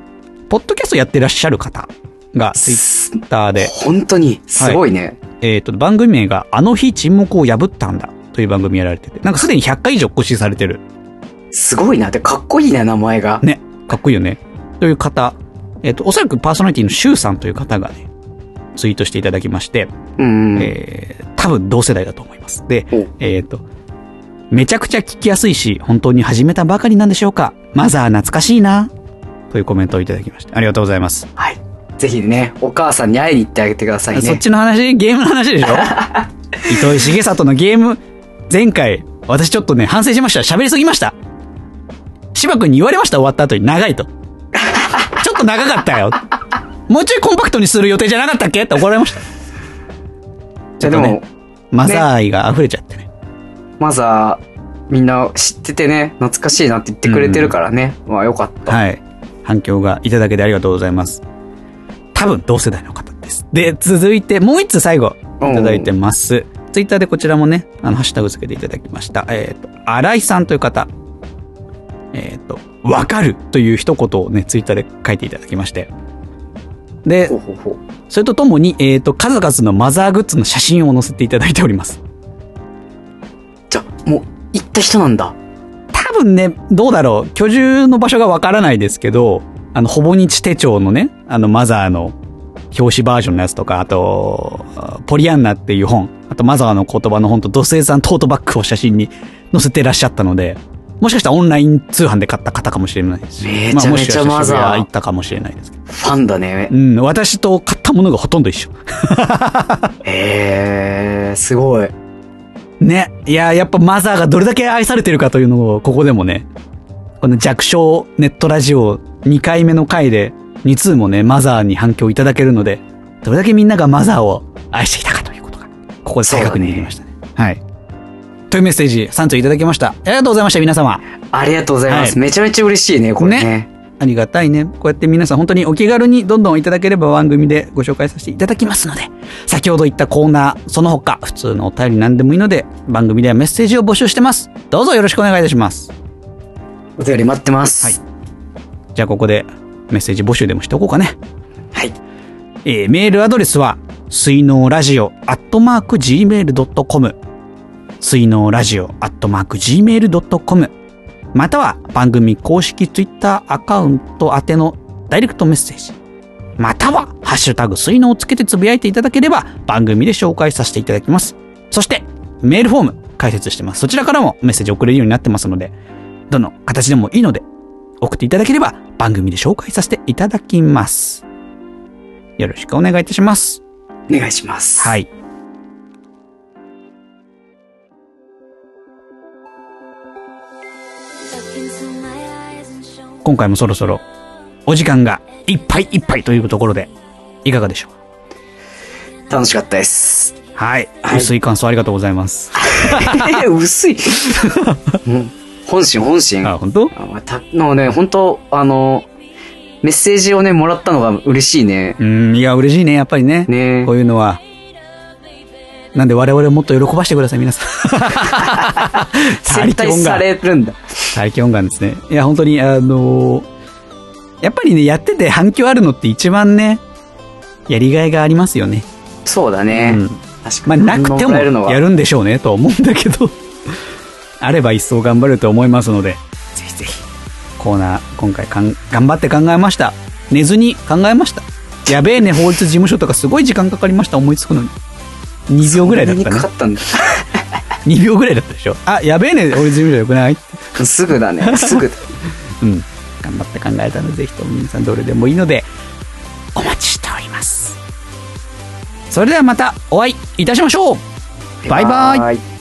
Speaker 1: ポッドキャストやってらっしゃる方が、ツイッ
Speaker 2: す
Speaker 1: ターで、
Speaker 2: 本当に、すごいね。
Speaker 1: えっ、と、番組名が、あの日沈黙を破ったんだ、という番組やられてて、なんかすでに100回以上更新されてる。
Speaker 2: すごいな。で、かっこいいね、名前が。
Speaker 1: ね、かっこいいよね。という方、えっ、と、おそらくパーソナリティのシュウさんという方がね、ツイートしていただきまして、
Speaker 2: うんうん。
Speaker 1: えー、多分同世代だと思います。で
Speaker 2: お、
Speaker 1: えっ、と、めちゃくちゃ聞きやすいし、本当に始めたばかりなんでしょうか。マザー懐かしいな。というコメントをいただきました。ありがとうございます。
Speaker 2: はい。ぜひね、お母さんに会いに行ってあげてくださいね。
Speaker 1: そっちの話、ゲームの話
Speaker 2: [LAUGHS]
Speaker 1: でしょ糸井重里のゲーム、前回、私ちょっとね、反省しました。喋りすぎました。芝君に言われました、終わった後に。長い
Speaker 2: [LAUGHS]
Speaker 1: と。ちょっと長かったよ。もうちょいコンパクトにする予定じゃなかったっけって怒られました。
Speaker 2: じ
Speaker 1: ちょ
Speaker 2: ゃあで
Speaker 1: っと
Speaker 2: も
Speaker 1: ね、マザー愛が溢れちゃってね。
Speaker 2: マザー、みんな知っててね、懐かしいなって言ってくれてるからね。まあよかった。
Speaker 1: はい。反響がいただけてありがとうございます。多分同世代の方です。です。で、続いて、もう一つ最後、いただいてます。ツイッターでこちらもね、あの、ハッシュタグつけていただきました。えっ、と、新井さんという方。えっ、と、わかるという一言をね、ツイッターで書いていただきまして。で
Speaker 2: ほ、うほうほう。
Speaker 1: それとともに、えっ、と、数々のマザーグッズの写真を載せていただいております。
Speaker 2: じゃあ、もう、行った人なんだ。
Speaker 1: 多分ね、どうだろう。居住の場所がわからないですけど、あの、ほぼ日手帳のね、あの、マザーの表紙バージョンのやつとか、あと、ポリアンナっていう本、あとマザーの言葉の本と土星さんトートバッグを写真に載せてらっしゃったので、もしかしたらオンライン通販で買った方かもしれないし、
Speaker 2: めち
Speaker 1: まあ
Speaker 2: ゃめちゃ
Speaker 1: もしかしたら
Speaker 2: マザー
Speaker 1: 行ったかもしれないですけど。
Speaker 2: ファンだね
Speaker 1: う。ん、私と買ったものがほとんど一緒。
Speaker 2: えー、すごい。
Speaker 1: ね。いや、やっぱマザーがどれだけ愛されてるかというのを、ここでもね、この弱小ネットラジオ2回目の回で、2通もね、マザーに反響いただけるので、どれだけみんながマザーを愛してきたかということが、ここで再確認できましたね。はい。というメッセージ、3通いただきました。ありがとうございました、皆様。
Speaker 2: ありがとうございます。
Speaker 1: はい
Speaker 2: めちゃめちゃ嬉しいね、これね。
Speaker 1: ありがたいね。こうやって皆さん本当にお気軽にどんどんいただければ番組でご紹介させていただきますので、先ほど言ったコーナー、その他、普通のお便り何でもいいので、番組ではメッセージを募集してます。どうぞよろしくお願いいたします。
Speaker 2: お便り待ってます。
Speaker 1: はいじゃあここでメッセージ募集でもしておこうかね。
Speaker 2: はい。
Speaker 1: えーメールアドレスは、水のラジオアットマーク Gmail.com、水のラジオアットマーク Gmail.com、または番組公式ツイッターアカウント宛てのダイレクトメッセージ、または、ハッシュタグ水のをつけてつぶやいていただければ番組で紹介させていただきます。そして、メールフォーム解説してます。そちらからもメッセージ送れるようになってますので、どの形でもいいので、送っていただければ番組で紹介させていただきます。よろしくお願いいたします。
Speaker 2: お願いします。
Speaker 1: はい。今回もそろそろお時間がいっぱいいっぱいというところで、いかがでしょう
Speaker 2: 楽しかったです。
Speaker 1: はい。
Speaker 2: はい
Speaker 1: 薄い感想ありがとうございます。 [LAUGHS]
Speaker 2: 薄い。うん本心、本心。
Speaker 1: あ、本当？
Speaker 2: あまあたのね、本当あの、メッセージをね、もらったのが嬉しいね。
Speaker 1: うん、いや、嬉しいね、やっぱりね。
Speaker 2: ね
Speaker 1: こういうのは。なんで我々をもっと喜ばしてください、皆さん。 [LAUGHS] 他
Speaker 2: 接
Speaker 1: 力
Speaker 2: 待
Speaker 1: 本
Speaker 2: さ
Speaker 1: 願。
Speaker 2: れるんだ。
Speaker 1: 最強音感ですね。いや、本当に、あのーやっぱりね、やってて反響あるのって一番ね、やりがいがありますよね。
Speaker 2: そうだね。
Speaker 1: うん
Speaker 2: 確
Speaker 1: ま
Speaker 2: か
Speaker 1: あ、
Speaker 2: に。
Speaker 1: なくても
Speaker 2: 反応もらえるのは
Speaker 1: やるんでしょうね、とは思うんだけ
Speaker 2: [LAUGHS]
Speaker 1: ど、あれば一層頑張ると思いますので、ぜひぜひ、コーナー、今回かん、頑張って考えました。寝ずに考えました。やべえね、法律事務所とかすごい時間かかりました、思いつくのに。2秒ぐらいだった
Speaker 2: そんなに
Speaker 1: ね
Speaker 2: か。かったんだ。
Speaker 1: 2秒ぐらいだったでしょ。あ、やべえね、法律事務所よくない
Speaker 2: すぐだね。すぐだ。
Speaker 1: うん、頑張って考えたのでぜひとも皆さんどれでもいいのでお待ちしておりますそれではまたお会いいたしましょうバイバイ
Speaker 2: イ。